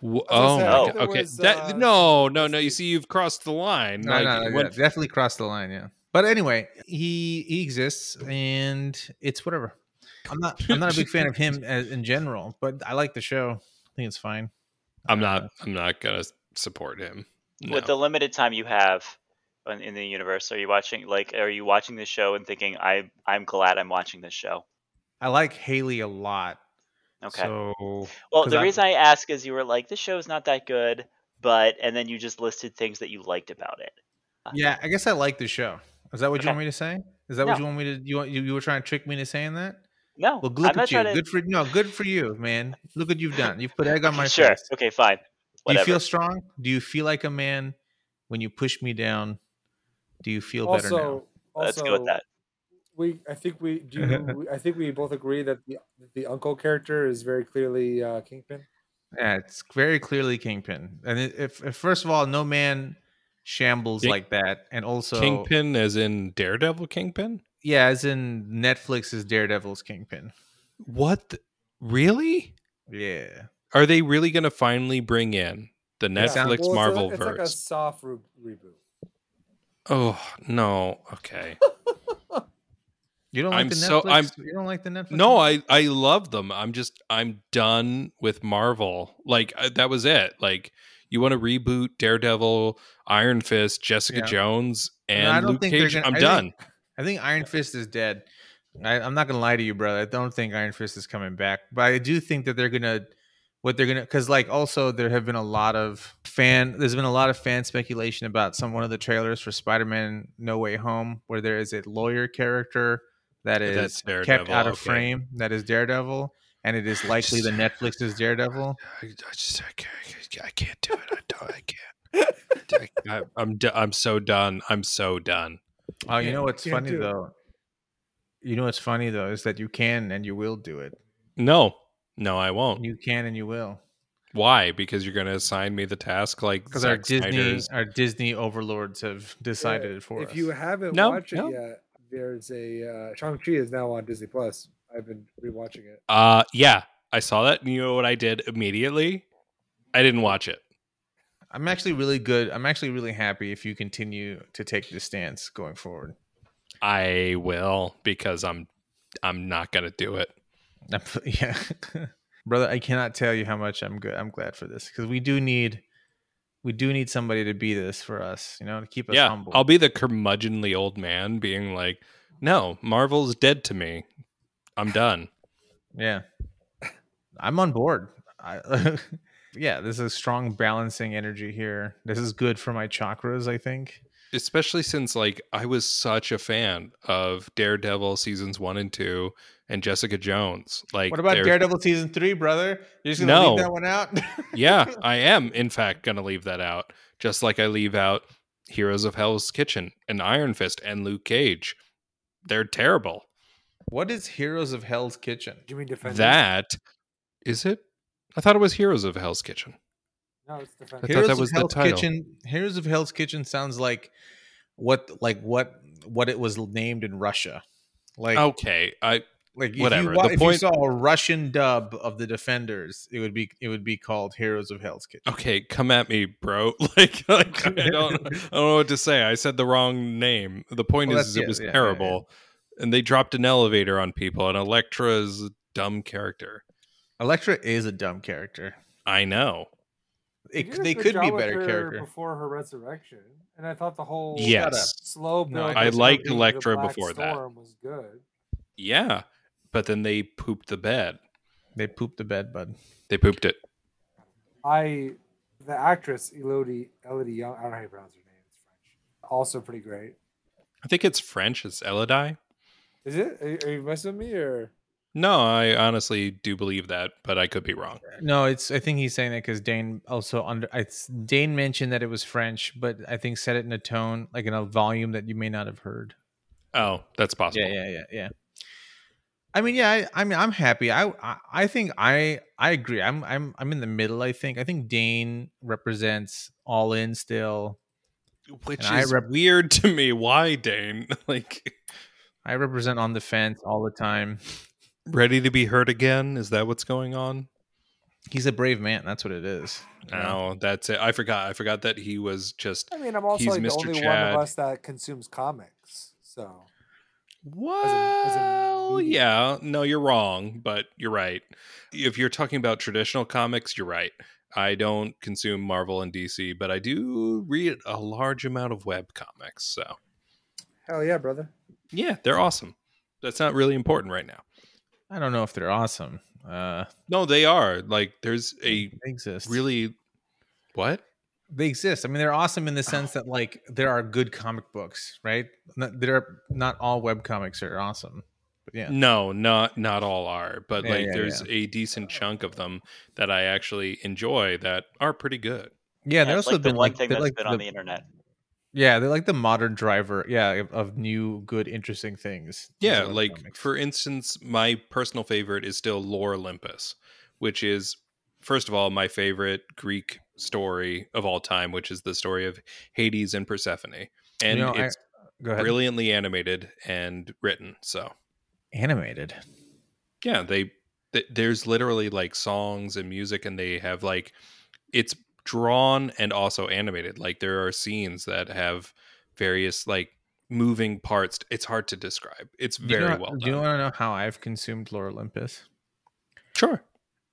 [SPEAKER 2] w-
[SPEAKER 1] I was
[SPEAKER 2] oh
[SPEAKER 1] gonna
[SPEAKER 3] say, I
[SPEAKER 2] my
[SPEAKER 3] think
[SPEAKER 2] God.
[SPEAKER 1] there
[SPEAKER 2] okay
[SPEAKER 1] was,
[SPEAKER 2] that
[SPEAKER 1] uh,
[SPEAKER 2] no no no
[SPEAKER 1] let's
[SPEAKER 2] you
[SPEAKER 1] see.
[SPEAKER 2] see you've crossed the line
[SPEAKER 4] No,
[SPEAKER 2] like,
[SPEAKER 4] no, no,
[SPEAKER 2] what-
[SPEAKER 4] yeah, definitely crossed the line, yeah. But anyway, he he exists, and it's whatever. I'm not I'm not a big fan of him as, in general, but I like the show. I think it's fine.
[SPEAKER 2] i'm not i'm not gonna support him
[SPEAKER 3] With
[SPEAKER 2] No.
[SPEAKER 3] the limited time you have in, in the universe, are you watching like are you watching the show and thinking I I'm glad I'm watching this show?
[SPEAKER 4] I like Haley a lot.
[SPEAKER 3] Okay.
[SPEAKER 4] So
[SPEAKER 3] well,
[SPEAKER 4] 'cause
[SPEAKER 3] the
[SPEAKER 4] I'm-
[SPEAKER 3] reason I ask is you were like the show's not that good, but and then you just listed things that you liked about it.
[SPEAKER 4] yeah, I guess I like the show. Is that what you
[SPEAKER 3] Okay.
[SPEAKER 4] want me to say? Is that what
[SPEAKER 3] No.
[SPEAKER 4] you want me to you want, you, you were trying to trick me into saying that?
[SPEAKER 3] No,
[SPEAKER 4] Well,
[SPEAKER 3] I'm
[SPEAKER 4] look
[SPEAKER 3] not
[SPEAKER 4] at you.
[SPEAKER 3] trying to.
[SPEAKER 4] Good for no, good for you, man. Look what you've done. You've put egg on my
[SPEAKER 3] sure.
[SPEAKER 4] face.
[SPEAKER 3] Okay. Fine.
[SPEAKER 4] Do you
[SPEAKER 3] Whatever.
[SPEAKER 4] feel strong? Do you feel like a man when you push me down? Do you feel better now?
[SPEAKER 1] Also, also,
[SPEAKER 3] Let's go with that.
[SPEAKER 1] we I think we do. you- we- I think we both agree that the that the uncle character is very clearly uh, Kingpin.
[SPEAKER 4] Yeah, it's very clearly Kingpin. And it- if, if first of all, no man shambles
[SPEAKER 2] King-
[SPEAKER 4] like that, and also
[SPEAKER 2] kingpin as in daredevil kingpin
[SPEAKER 4] yeah, as in Netflix's Daredevil's Kingpin.
[SPEAKER 2] what the- really
[SPEAKER 4] Yeah,
[SPEAKER 2] are they really gonna finally bring in the netflix
[SPEAKER 1] Well, it's a-
[SPEAKER 2] marvel
[SPEAKER 1] It's,
[SPEAKER 2] verse
[SPEAKER 1] like a soft re- reboot.
[SPEAKER 2] oh no okay
[SPEAKER 4] you don't like
[SPEAKER 2] I'm
[SPEAKER 4] the Netflix.
[SPEAKER 2] so- I'm-
[SPEAKER 4] you don't like the Netflix.
[SPEAKER 2] No,
[SPEAKER 4] one?
[SPEAKER 2] I I love them. I'm just I'm done with Marvel. Like I, that was it. Like you want to reboot Daredevil, Iron Fist, Jessica
[SPEAKER 4] Yeah.
[SPEAKER 2] Jones, and
[SPEAKER 4] I don't
[SPEAKER 2] Luke
[SPEAKER 4] think they're
[SPEAKER 2] Cage.
[SPEAKER 4] gonna-
[SPEAKER 2] I'm
[SPEAKER 4] I
[SPEAKER 2] done.
[SPEAKER 4] think- I think Iron Fist is dead. I, I'm not gonna lie to you, brother. I don't think Iron Fist is coming back, but I do think that they're gonna what they're gonna because like also there have been a lot of fan there's been a lot of fan speculation about some one of the trailers for Spider-Man No Way Home where there is a lawyer character that
[SPEAKER 2] That's
[SPEAKER 4] is kept
[SPEAKER 2] Daredevil,
[SPEAKER 4] out of
[SPEAKER 2] okay.
[SPEAKER 4] frame that is Daredevil and it is likely that Netflix is Daredevil.
[SPEAKER 2] I, I just I can't, I can't do it. I don't. I can't. I, I'm do- I'm so done. I'm so done.
[SPEAKER 4] Oh, you know
[SPEAKER 1] can't-
[SPEAKER 4] what's
[SPEAKER 1] can't
[SPEAKER 4] funny
[SPEAKER 1] do it.
[SPEAKER 4] though? You know what's funny though is that you can and you will do it.
[SPEAKER 2] No, no, I won't.
[SPEAKER 4] You can and you will.
[SPEAKER 2] Why? Because you're going to assign me the task like
[SPEAKER 4] because our
[SPEAKER 2] Zack
[SPEAKER 4] Disney
[SPEAKER 2] Snyder's-
[SPEAKER 4] our Disney overlords have decided for
[SPEAKER 1] If
[SPEAKER 4] us.
[SPEAKER 1] you haven't
[SPEAKER 2] No,
[SPEAKER 1] watched
[SPEAKER 2] no.
[SPEAKER 1] it yet, there's a uh, Shang Chi is now on Disney Plus. I've been rewatching it.
[SPEAKER 2] Uh, yeah, I saw that. And you know what I did immediately? I didn't watch it.
[SPEAKER 4] I'm actually really good. I'm actually really happy if you continue to take this stance going forward.
[SPEAKER 2] I will because I'm I'm not gonna do it.
[SPEAKER 4] I'm- yeah, brother, I cannot tell you how much I'm good. I'm glad for this because we do need we do need somebody to be this for us, you know, to keep us
[SPEAKER 2] yeah,
[SPEAKER 4] humble.
[SPEAKER 2] I'll be the curmudgeonly old man being like, "No, Marvel's dead to me. I'm done."
[SPEAKER 4] yeah, I'm on board. I, yeah, this is strong balancing energy here. This is good for my chakras, I think.
[SPEAKER 2] Especially since like I was such a fan of Daredevil seasons 1 and 2 and Jessica Jones. Like
[SPEAKER 4] What about
[SPEAKER 2] they're-
[SPEAKER 4] Daredevil season three, brother? You're just gonna leave
[SPEAKER 2] No.
[SPEAKER 4] that one out?
[SPEAKER 2] yeah, I am in fact going to leave that out, just like I leave out Heroes of Hell's Kitchen and Iron Fist and Luke Cage. They're terrible.
[SPEAKER 4] What is Heroes of Hell's Kitchen?
[SPEAKER 1] Do you mean defenders?
[SPEAKER 2] That is it? I thought it was Heroes of Hell's Kitchen.
[SPEAKER 1] no, it's
[SPEAKER 2] I
[SPEAKER 1] defenders.
[SPEAKER 2] thought that was the title.
[SPEAKER 4] Kitchen. Heroes of Hell's Kitchen sounds like what, like what, what it was named in Russia. Like,
[SPEAKER 2] Okay, I
[SPEAKER 4] like If
[SPEAKER 2] Oh, whatever.
[SPEAKER 4] you, wa-
[SPEAKER 2] The
[SPEAKER 4] if you
[SPEAKER 2] point-
[SPEAKER 4] saw a Russian dub of the Defenders, it would be it would be called Heroes of Hell's Kitchen.
[SPEAKER 2] okay, come at me, bro. Like, like I don't, I don't know what to say. I said the wrong name. The point
[SPEAKER 4] Well,
[SPEAKER 2] is, is
[SPEAKER 4] that's-
[SPEAKER 2] it was
[SPEAKER 4] yeah, yeah, yeah, yeah.
[SPEAKER 2] terrible, and they dropped an elevator on people. And Elektra's a dumb character.
[SPEAKER 4] Elektra is a dumb character.
[SPEAKER 2] I know.
[SPEAKER 4] It, they could be better character.
[SPEAKER 1] before her resurrection, and I thought the whole
[SPEAKER 2] Yes.
[SPEAKER 1] slow
[SPEAKER 4] No,
[SPEAKER 1] build.
[SPEAKER 4] I
[SPEAKER 1] of her
[SPEAKER 2] liked
[SPEAKER 1] being the
[SPEAKER 2] Elektra
[SPEAKER 1] Black
[SPEAKER 2] before that.
[SPEAKER 1] Storm was good.
[SPEAKER 2] Yeah, but then they pooped the bed.
[SPEAKER 4] They pooped the bed, bud.
[SPEAKER 2] They pooped it.
[SPEAKER 1] I, the actress Elodie Elodie Young, I don't know how you pronounce her name. It's French. Also pretty great.
[SPEAKER 2] I think it's French. It's Elodie.
[SPEAKER 1] Is it? Are, are you messing with me or?
[SPEAKER 2] No, I honestly do believe that, but I could be wrong.
[SPEAKER 4] No, it's. I think he's saying that because Dane also under. It's Dane mentioned that it was French, but I think said it in a tone like in a volume that you may not have heard.
[SPEAKER 2] Oh, that's possible.
[SPEAKER 4] Yeah, yeah, yeah, yeah. I mean, yeah. I, I mean, I'm happy. I, I, I think I, I agree. I'm, I'm, I'm in the middle. I think. I think Dane represents all in still.
[SPEAKER 2] Which
[SPEAKER 4] And I
[SPEAKER 2] is
[SPEAKER 4] rep-
[SPEAKER 2] weird to me. Why, Dane? Like,
[SPEAKER 4] I represent on the fence all the time.
[SPEAKER 2] ready to be hurt again? Is that what's going on?
[SPEAKER 4] He's a brave man. That's what it is. you know?
[SPEAKER 2] No, Oh, that's it. I forgot. I forgot that he was just
[SPEAKER 1] I mean, I'm also
[SPEAKER 2] He's
[SPEAKER 1] like the
[SPEAKER 2] Mr.
[SPEAKER 1] only one
[SPEAKER 2] Chad.
[SPEAKER 1] of us that consumes comics. So
[SPEAKER 2] well.
[SPEAKER 1] as a medium.
[SPEAKER 2] yeah, no, you're wrong, but you're right. If you're talking about traditional comics, you're right. I don't consume Marvel and DC, but I do read a large amount of web comics. So
[SPEAKER 1] hell yeah, brother.
[SPEAKER 2] yeah, they're awesome. That's not really important right now.
[SPEAKER 4] I don't know if they're awesome. Uh,
[SPEAKER 2] No, they are. Like, there's a
[SPEAKER 4] they exist.
[SPEAKER 2] really what?
[SPEAKER 4] they exist. I mean, they're awesome
[SPEAKER 3] Oh.
[SPEAKER 4] in the sense that like there are good comic books, right? Not, they're not all web comics are awesome, but yeah.
[SPEAKER 2] No, not not all are, but
[SPEAKER 4] Yeah,
[SPEAKER 2] like
[SPEAKER 4] yeah,
[SPEAKER 2] there's a decent chunk of them that I actually enjoy that are pretty good.
[SPEAKER 4] Yeah,
[SPEAKER 3] Yeah,
[SPEAKER 4] there's
[SPEAKER 3] it's
[SPEAKER 4] also
[SPEAKER 3] like
[SPEAKER 4] been
[SPEAKER 3] the one
[SPEAKER 4] like,
[SPEAKER 3] thing
[SPEAKER 4] they're
[SPEAKER 3] that's
[SPEAKER 4] like
[SPEAKER 3] been on the internet.
[SPEAKER 4] yeah, they're like the modern driver, yeah, of, of new, good, interesting things. These
[SPEAKER 2] Yeah,
[SPEAKER 4] web
[SPEAKER 2] like
[SPEAKER 4] comics.
[SPEAKER 2] for instance, my personal favorite is still Lore Olympus, which is first of all my favorite Greek story of all time, which is the story of Hades and Persephone, and
[SPEAKER 4] know, I-
[SPEAKER 2] it's
[SPEAKER 4] go ahead.
[SPEAKER 2] brilliantly animated and written. So
[SPEAKER 4] animated.
[SPEAKER 2] yeah, they th- there's literally like songs and music, and they have like it's drawn and also animated. Like there are scenes that have various like moving parts. It's hard to describe. It's
[SPEAKER 4] Do you
[SPEAKER 2] very
[SPEAKER 4] know-
[SPEAKER 2] well done.
[SPEAKER 4] Do you want to know how I've consumed Lore Olympus?
[SPEAKER 2] sure.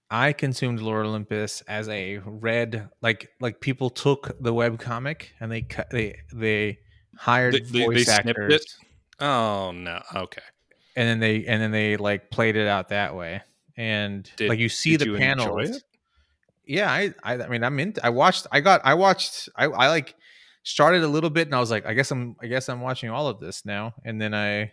[SPEAKER 4] I consumed Lore Olympus as a red like like people took the web comic and they cut they they hired
[SPEAKER 2] They- they- they
[SPEAKER 4] voice
[SPEAKER 2] snipped
[SPEAKER 4] actors
[SPEAKER 2] it? Oh no. Okay.
[SPEAKER 4] and then they and then they like played it out that way and
[SPEAKER 2] Did-
[SPEAKER 4] like you see
[SPEAKER 2] did
[SPEAKER 4] the
[SPEAKER 2] you enjoy
[SPEAKER 4] panels.
[SPEAKER 2] it?
[SPEAKER 4] Yeah, I, I I mean I'm in I watched I got I watched I I like started a little bit and I was like I guess I'm I guess I'm watching all of this now and then I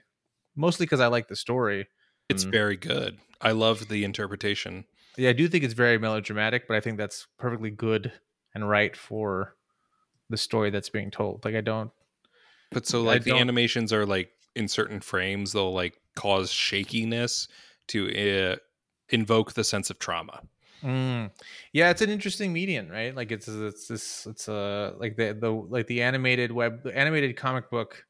[SPEAKER 4] mostly cuz I like the story.
[SPEAKER 2] It's
[SPEAKER 4] Mm.
[SPEAKER 2] very good. I love the interpretation.
[SPEAKER 4] Yeah, I do think it's very melodramatic, but I think that's perfectly good and right for the story that's being told. Like I don't
[SPEAKER 2] But so
[SPEAKER 4] I
[SPEAKER 2] like the
[SPEAKER 4] don't-
[SPEAKER 2] animations are like in certain frames they'll like cause shakiness to uh, invoke the sense of trauma.
[SPEAKER 4] Mm. Yeah, it's an interesting medium, right? Like it's it's this it's a like the the like the animated web the animated comic book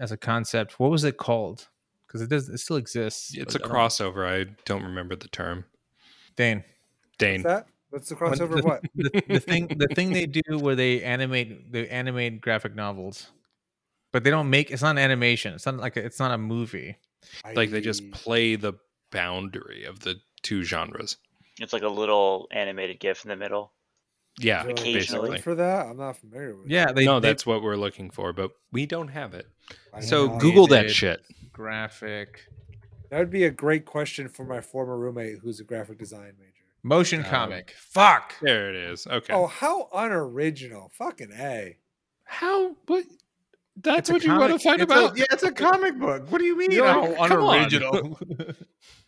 [SPEAKER 4] as a concept. What was it called? Because it does it still exists.
[SPEAKER 2] It's a
[SPEAKER 4] but I don't-
[SPEAKER 2] crossover. I don't remember the term.
[SPEAKER 4] Dane.
[SPEAKER 2] Dane.
[SPEAKER 1] What's that? What's the
[SPEAKER 4] What-
[SPEAKER 1] crossover?
[SPEAKER 4] the-
[SPEAKER 1] What?
[SPEAKER 4] The, the thing the thing they do where they animate they animate graphic novels, but they don't make it's not an animation. It's not like a, it's not a movie.
[SPEAKER 2] Like they just
[SPEAKER 1] I-
[SPEAKER 2] play the boundary of the two genres.
[SPEAKER 3] It's like a little animated GIF in the middle.
[SPEAKER 2] Yeah,
[SPEAKER 1] Is there, a
[SPEAKER 3] Occasionally.
[SPEAKER 1] term
[SPEAKER 2] basically.
[SPEAKER 1] for that, I'm not familiar with.
[SPEAKER 4] Yeah, they
[SPEAKER 2] no,
[SPEAKER 4] they-
[SPEAKER 2] that's what we're looking for, but we don't have it.
[SPEAKER 1] I
[SPEAKER 2] So
[SPEAKER 1] don't know.
[SPEAKER 2] Google that
[SPEAKER 4] Dated.
[SPEAKER 2] shit.
[SPEAKER 4] graphic
[SPEAKER 1] That would be a great question for my former roommate, who's a graphic design major.
[SPEAKER 4] motion
[SPEAKER 2] Um,
[SPEAKER 4] comic. Fuck.
[SPEAKER 2] There it is. Okay.
[SPEAKER 1] Oh, how unoriginal! Fucking a.
[SPEAKER 2] How? What? That's
[SPEAKER 4] It's a
[SPEAKER 2] what you want to
[SPEAKER 4] comic-
[SPEAKER 2] find
[SPEAKER 4] it's a-
[SPEAKER 2] about?
[SPEAKER 4] yeah, it's a comic book. What do you mean?
[SPEAKER 2] You're
[SPEAKER 4] how
[SPEAKER 2] like, come on.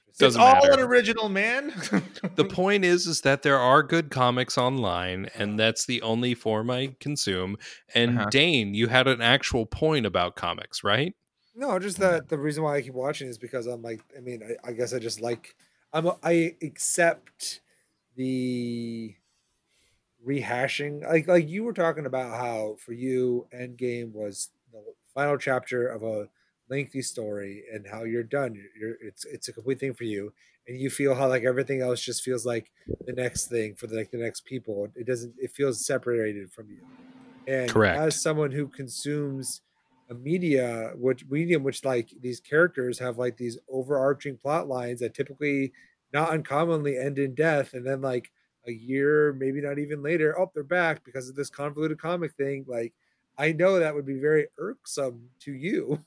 [SPEAKER 4] it's
[SPEAKER 2] Doesn't
[SPEAKER 4] all
[SPEAKER 2] matter.
[SPEAKER 4] unoriginal, man.
[SPEAKER 2] the point is, is that there are good comics online, and that's the only form I consume. And
[SPEAKER 4] Uh-huh.
[SPEAKER 2] Dane, you had an actual point about comics, right?
[SPEAKER 1] No, just that the reason why I keep watching is because I'm like, I mean, I, I guess I just like, I'm, a, I accept the rehashing. Like, like you were talking about how for you, Endgame was the final chapter of a lengthy story, and how you're done. You're, you're it's it's a complete thing for you, and you feel how like everything else just feels like the next thing for the, like the next people. It doesn't. It feels separated from you. And
[SPEAKER 2] Correct.
[SPEAKER 1] as someone who consumes a media which medium which like these characters have like these overarching plot lines that typically not uncommonly end in death and then like a year maybe not even later oh they're back because of this convoluted comic thing like i know that would be very irksome to you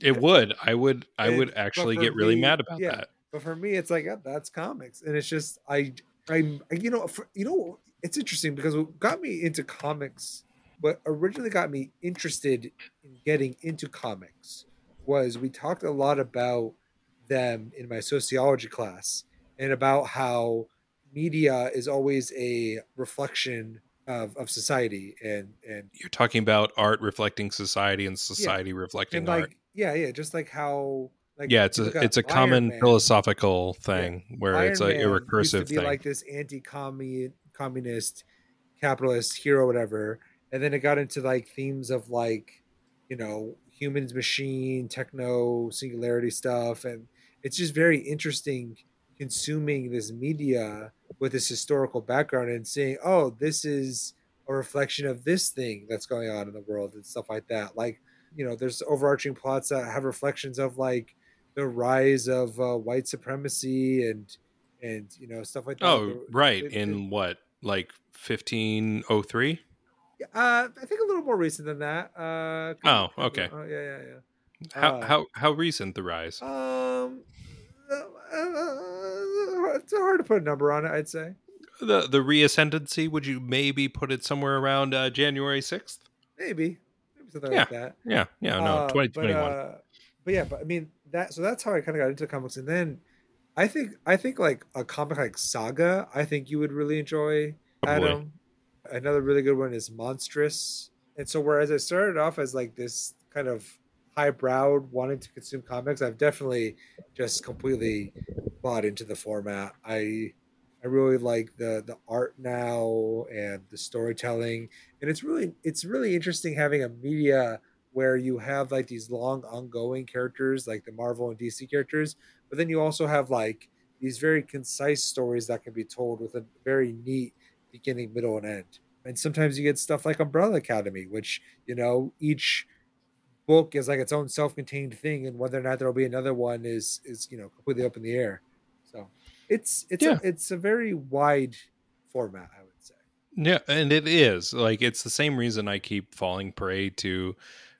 [SPEAKER 2] It would. I would. I
[SPEAKER 1] It-
[SPEAKER 2] would
[SPEAKER 1] but
[SPEAKER 2] actually
[SPEAKER 1] for
[SPEAKER 2] get really
[SPEAKER 1] me,
[SPEAKER 2] mad about
[SPEAKER 1] yeah.
[SPEAKER 2] that.
[SPEAKER 1] but for me it's like oh, that's comics and it's just i i'm I- you know for, you know it's interesting because what got me into comics what originally got me interested in getting into comics was we talked a lot about them in my sociology class and about how media is always a reflection of, of society and and
[SPEAKER 2] You're talking about art reflecting society and society reflecting
[SPEAKER 1] and like
[SPEAKER 2] art.
[SPEAKER 1] yeah yeah just like how like
[SPEAKER 2] yeah, it's
[SPEAKER 1] look
[SPEAKER 2] a
[SPEAKER 1] at
[SPEAKER 2] it's a
[SPEAKER 1] Iron
[SPEAKER 2] common
[SPEAKER 1] Man.
[SPEAKER 2] philosophical thing where
[SPEAKER 1] Iron
[SPEAKER 2] it's a,
[SPEAKER 1] Man
[SPEAKER 2] a
[SPEAKER 1] used to
[SPEAKER 2] recursive
[SPEAKER 1] be
[SPEAKER 2] thing.
[SPEAKER 1] like this anti-communist, capitalist hero, whatever, and then it got into like themes of like, you know, humans, machine, techno, singularity stuff, and it's just very interesting consuming this media with this historical background and seeing, oh, this is a reflection of this thing that's going on in the world and stuff like that. Like, you know, there's overarching plots that have reflections of like the rise of uh, white supremacy and and you know stuff like that.
[SPEAKER 2] oh,
[SPEAKER 1] There-
[SPEAKER 2] right.
[SPEAKER 1] it-
[SPEAKER 2] In what? Like 1503?
[SPEAKER 1] uh, I think a little more recent than that. Uh,
[SPEAKER 2] Oh,
[SPEAKER 1] couple-
[SPEAKER 2] okay.
[SPEAKER 1] Oh, yeah, yeah, yeah.
[SPEAKER 2] How
[SPEAKER 1] Uh,
[SPEAKER 2] how how recent the rise?
[SPEAKER 1] Um, uh, uh, it's hard to put a number on it. I'd say.
[SPEAKER 2] the the reascendancy would you maybe put it somewhere around uh, january 6th
[SPEAKER 1] maybe, maybe something like that.
[SPEAKER 2] yeah yeah no
[SPEAKER 1] Uh,
[SPEAKER 2] 2021
[SPEAKER 1] But, uh, but yeah, but I mean that. So that's how I kind of got into comics, and then I think I think like a comic like Saga, I think you would really enjoy.
[SPEAKER 2] Probably.
[SPEAKER 1] Adam, another really good one is Monstrous. And so whereas I started off as like this kind of highbrow wanting to consume comics, I've definitely just completely bought into the format. I I really like the the art now and the storytelling, and it's really it's really interesting having a media where you have like these long ongoing characters like the Marvel and DC characters, but then you also have like these very concise stories that can be told with a very neat beginning, middle, and end. And sometimes you get stuff like Umbrella Academy, which you know each book is like its own self-contained thing, and whether or not there'll be another one is is you know completely up in the air. So it's it's
[SPEAKER 2] Yeah.
[SPEAKER 1] a, it's a very wide format, I would say.
[SPEAKER 2] yeah and it is like it's the same reason i keep falling prey to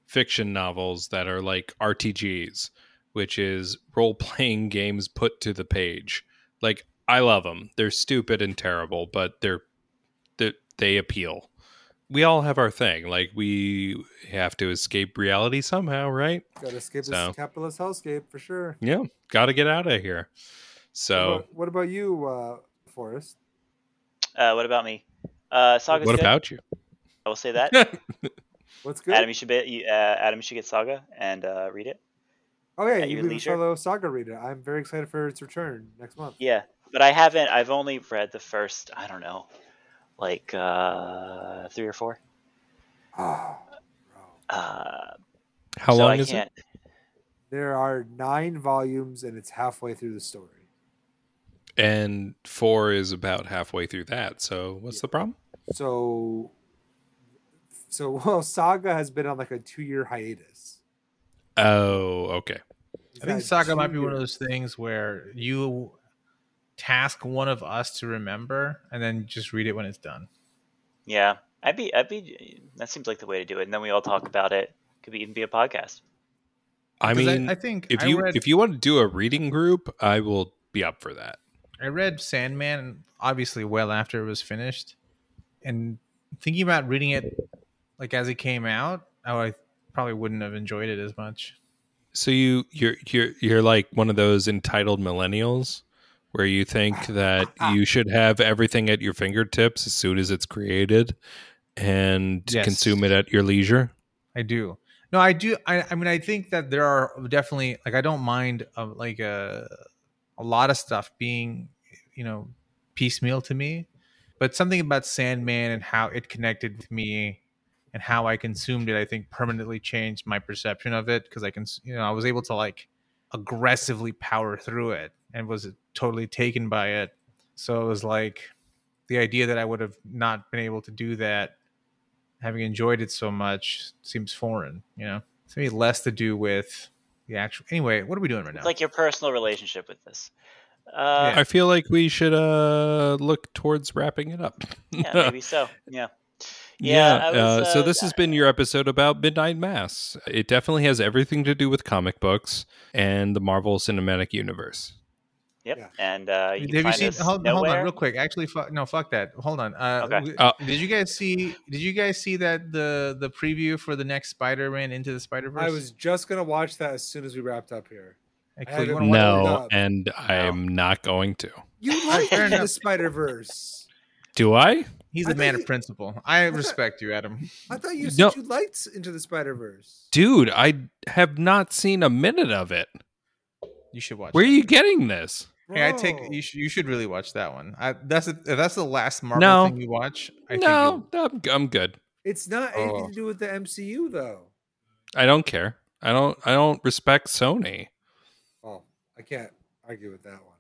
[SPEAKER 2] fiction novels that are like rtgs which is role playing games put to the page like i love them they're stupid and terrible but they're, they they appeal we all have our thing like we have to escape reality somehow right
[SPEAKER 1] Got to escape
[SPEAKER 2] this So.
[SPEAKER 1] capitalist hellscape for sure.
[SPEAKER 2] yeah gotta get out of here so
[SPEAKER 1] what about you, uh, Forrest?
[SPEAKER 3] Uh, what about me? Uh, Saga's
[SPEAKER 2] what
[SPEAKER 3] good.
[SPEAKER 2] about you
[SPEAKER 3] I will say that.
[SPEAKER 1] What's good?
[SPEAKER 3] Adam, you should be, you, uh, Adam, you should get Saga and uh, read it.
[SPEAKER 1] oh yeah,
[SPEAKER 3] at your
[SPEAKER 1] you leave
[SPEAKER 3] leisure?
[SPEAKER 1] fellow saga reader. I'm very excited for its return next month.
[SPEAKER 3] Yeah, but I haven't. I've only read the first. I don't know, like uh, three or four.
[SPEAKER 1] Oh, bro.
[SPEAKER 3] Uh,
[SPEAKER 2] How
[SPEAKER 3] so
[SPEAKER 2] long
[SPEAKER 3] I
[SPEAKER 2] is
[SPEAKER 3] can't,
[SPEAKER 1] There are nine volumes, and it's halfway through the story.
[SPEAKER 2] it? And four is about halfway through that. So what's the problem?
[SPEAKER 1] So, so well, Saga has been on like a two-year hiatus.
[SPEAKER 2] Oh, okay.
[SPEAKER 1] He's
[SPEAKER 4] I think
[SPEAKER 1] had
[SPEAKER 4] Saga might
[SPEAKER 1] two
[SPEAKER 4] be one of
[SPEAKER 1] years.
[SPEAKER 4] those things where you task one of us to remember and then just read it when it's done.
[SPEAKER 3] Yeah, I'd be, I'd be. That seems like the way to do it. And then we all talk about it. Could be even be a podcast.
[SPEAKER 2] I
[SPEAKER 4] 'Cause
[SPEAKER 2] mean,
[SPEAKER 4] I, think
[SPEAKER 2] if
[SPEAKER 4] I
[SPEAKER 2] you
[SPEAKER 4] read,
[SPEAKER 2] if you want to do a reading group, I will be up for that.
[SPEAKER 4] I read Sandman obviously well after it was finished, and thinking about reading it like as it came out, I would- probably wouldn't have enjoyed it as much.
[SPEAKER 2] So you you're you're you're like one of those entitled millennials where you think that you should have everything at your fingertips as soon as it's created and
[SPEAKER 4] Yes.
[SPEAKER 2] consume it at your leisure.
[SPEAKER 4] I do. No, I do. I, I mean, I think that there are definitely like I don't mind uh, like a a lot of stuff being you know piecemeal to me, but something about Sandman and how it connected with me and how I consumed it, I think permanently changed my perception of it because I can you know I was able to like aggressively power through it and was totally taken by it. So it was like the idea that I would have not been able to do that having enjoyed it so much seems foreign you know it's maybe less to do with the actual anyway what are we doing right now
[SPEAKER 3] It's like your personal relationship with this. Uh,
[SPEAKER 2] I feel like we should uh look towards wrapping it up.
[SPEAKER 3] yeah, maybe so. Yeah. Yeah, I was,
[SPEAKER 2] uh, so
[SPEAKER 3] uh,
[SPEAKER 2] this has been your episode about Midnight Mass. It definitely has everything to do with comic books and the Marvel Cinematic Universe.
[SPEAKER 3] Yep.
[SPEAKER 1] Yeah.
[SPEAKER 3] And uh, you can
[SPEAKER 4] have you
[SPEAKER 3] find
[SPEAKER 4] seen
[SPEAKER 3] us
[SPEAKER 4] hold, hold
[SPEAKER 3] nowhere.
[SPEAKER 4] on real quick actually fuck, no fuck that hold on uh,
[SPEAKER 3] Okay.
[SPEAKER 4] w-
[SPEAKER 2] Uh,
[SPEAKER 4] did you guys see did you guys see that the the preview for the next spider-man into the spider-verse
[SPEAKER 1] I was just gonna watch that as soon as we wrapped up here.
[SPEAKER 4] Like,
[SPEAKER 1] I had
[SPEAKER 4] you
[SPEAKER 1] it-
[SPEAKER 4] wanna watch it?
[SPEAKER 1] No.
[SPEAKER 2] No, and I am not going to.
[SPEAKER 1] You
[SPEAKER 4] Oh,
[SPEAKER 1] like
[SPEAKER 4] fair
[SPEAKER 1] Into the
[SPEAKER 4] enough.
[SPEAKER 1] Spider Verse?
[SPEAKER 2] Do I?
[SPEAKER 4] he's
[SPEAKER 1] I
[SPEAKER 4] a man
[SPEAKER 1] thought
[SPEAKER 4] of
[SPEAKER 1] you-
[SPEAKER 4] principle i
[SPEAKER 1] thought-
[SPEAKER 4] respect you adam
[SPEAKER 1] I thought you said
[SPEAKER 2] No.
[SPEAKER 1] you liked Into the Spider Verse.
[SPEAKER 2] Dude, I have not seen a minute of it.
[SPEAKER 4] you should watch
[SPEAKER 2] Where are
[SPEAKER 4] that.
[SPEAKER 2] you getting this?
[SPEAKER 4] Hey, I take you. Should, you should really watch that one. I, that's the, if that's the last Marvel
[SPEAKER 2] No.
[SPEAKER 4] thing you watch. I
[SPEAKER 2] no, I'm, I'm good.
[SPEAKER 1] It's not
[SPEAKER 4] Oh.
[SPEAKER 1] anything to do with the MCU though.
[SPEAKER 2] I don't care. I don't I don't respect Sony.
[SPEAKER 1] Oh, I can't argue with that one.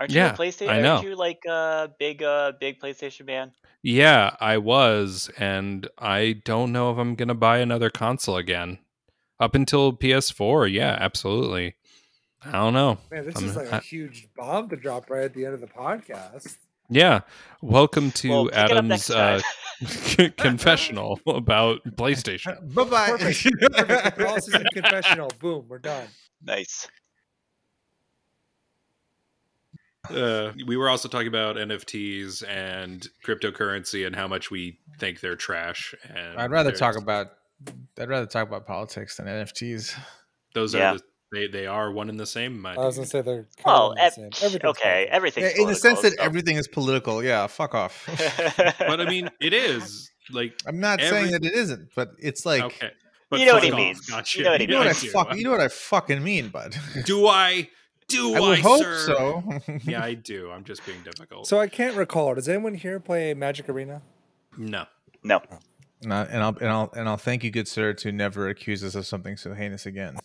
[SPEAKER 3] Aren't you
[SPEAKER 2] Yeah,
[SPEAKER 3] a PlayStation?
[SPEAKER 2] I
[SPEAKER 3] Aren't
[SPEAKER 2] know.
[SPEAKER 3] you like a big, uh, big PlayStation man?
[SPEAKER 2] Yeah, I was and I don't know if I'm going to buy another console again. Up until PS4, yeah, absolutely. I don't know.
[SPEAKER 1] Man, this
[SPEAKER 2] I'm-
[SPEAKER 1] is like a
[SPEAKER 2] I-
[SPEAKER 1] huge bomb to drop right at the end of the podcast.
[SPEAKER 2] Yeah. Welcome to
[SPEAKER 3] well, pick it up next
[SPEAKER 2] Adam's
[SPEAKER 3] time.
[SPEAKER 2] uh, confessional about PlayStation.
[SPEAKER 4] Bye bye.
[SPEAKER 1] Perfect. Perfect. Catholicism confessional. Boom. We're done.
[SPEAKER 3] nice.
[SPEAKER 2] uh, we were also talking about NFTs and cryptocurrency and how much we think they're trash. And
[SPEAKER 4] I'd rather
[SPEAKER 2] they're-
[SPEAKER 4] talk about I'd rather talk about politics than NFTs.
[SPEAKER 2] those.
[SPEAKER 3] Yeah.
[SPEAKER 2] Are the, they they are one and the same. in My
[SPEAKER 1] I was gonna
[SPEAKER 2] opinion.
[SPEAKER 1] say they're
[SPEAKER 3] Well,
[SPEAKER 1] kind
[SPEAKER 3] ev-
[SPEAKER 1] of the same. Everything's
[SPEAKER 3] okay,
[SPEAKER 1] political.
[SPEAKER 3] everything.
[SPEAKER 4] in the sense that everything is political, yeah, fuck off.
[SPEAKER 2] but I mean, it is like
[SPEAKER 4] I'm not
[SPEAKER 2] Every-
[SPEAKER 4] saying that it isn't, but it's like
[SPEAKER 2] okay. But
[SPEAKER 3] You know what
[SPEAKER 2] fuck
[SPEAKER 3] he
[SPEAKER 2] off,
[SPEAKER 3] means.
[SPEAKER 2] gotcha.
[SPEAKER 3] You know what he
[SPEAKER 4] you know what I
[SPEAKER 3] means.
[SPEAKER 2] do.
[SPEAKER 4] fuck you know what I fucking mean, bud.
[SPEAKER 2] do I? Do I,
[SPEAKER 4] I would hope
[SPEAKER 2] sir?
[SPEAKER 4] so.
[SPEAKER 2] yeah, I do. I'm just being difficult.
[SPEAKER 1] So I can't recall. Does anyone here play Magic Arena?
[SPEAKER 2] no.
[SPEAKER 3] no.
[SPEAKER 4] and, I, and I'll and I'll and I'll thank you, good sir, to never accuse us of something so heinous again.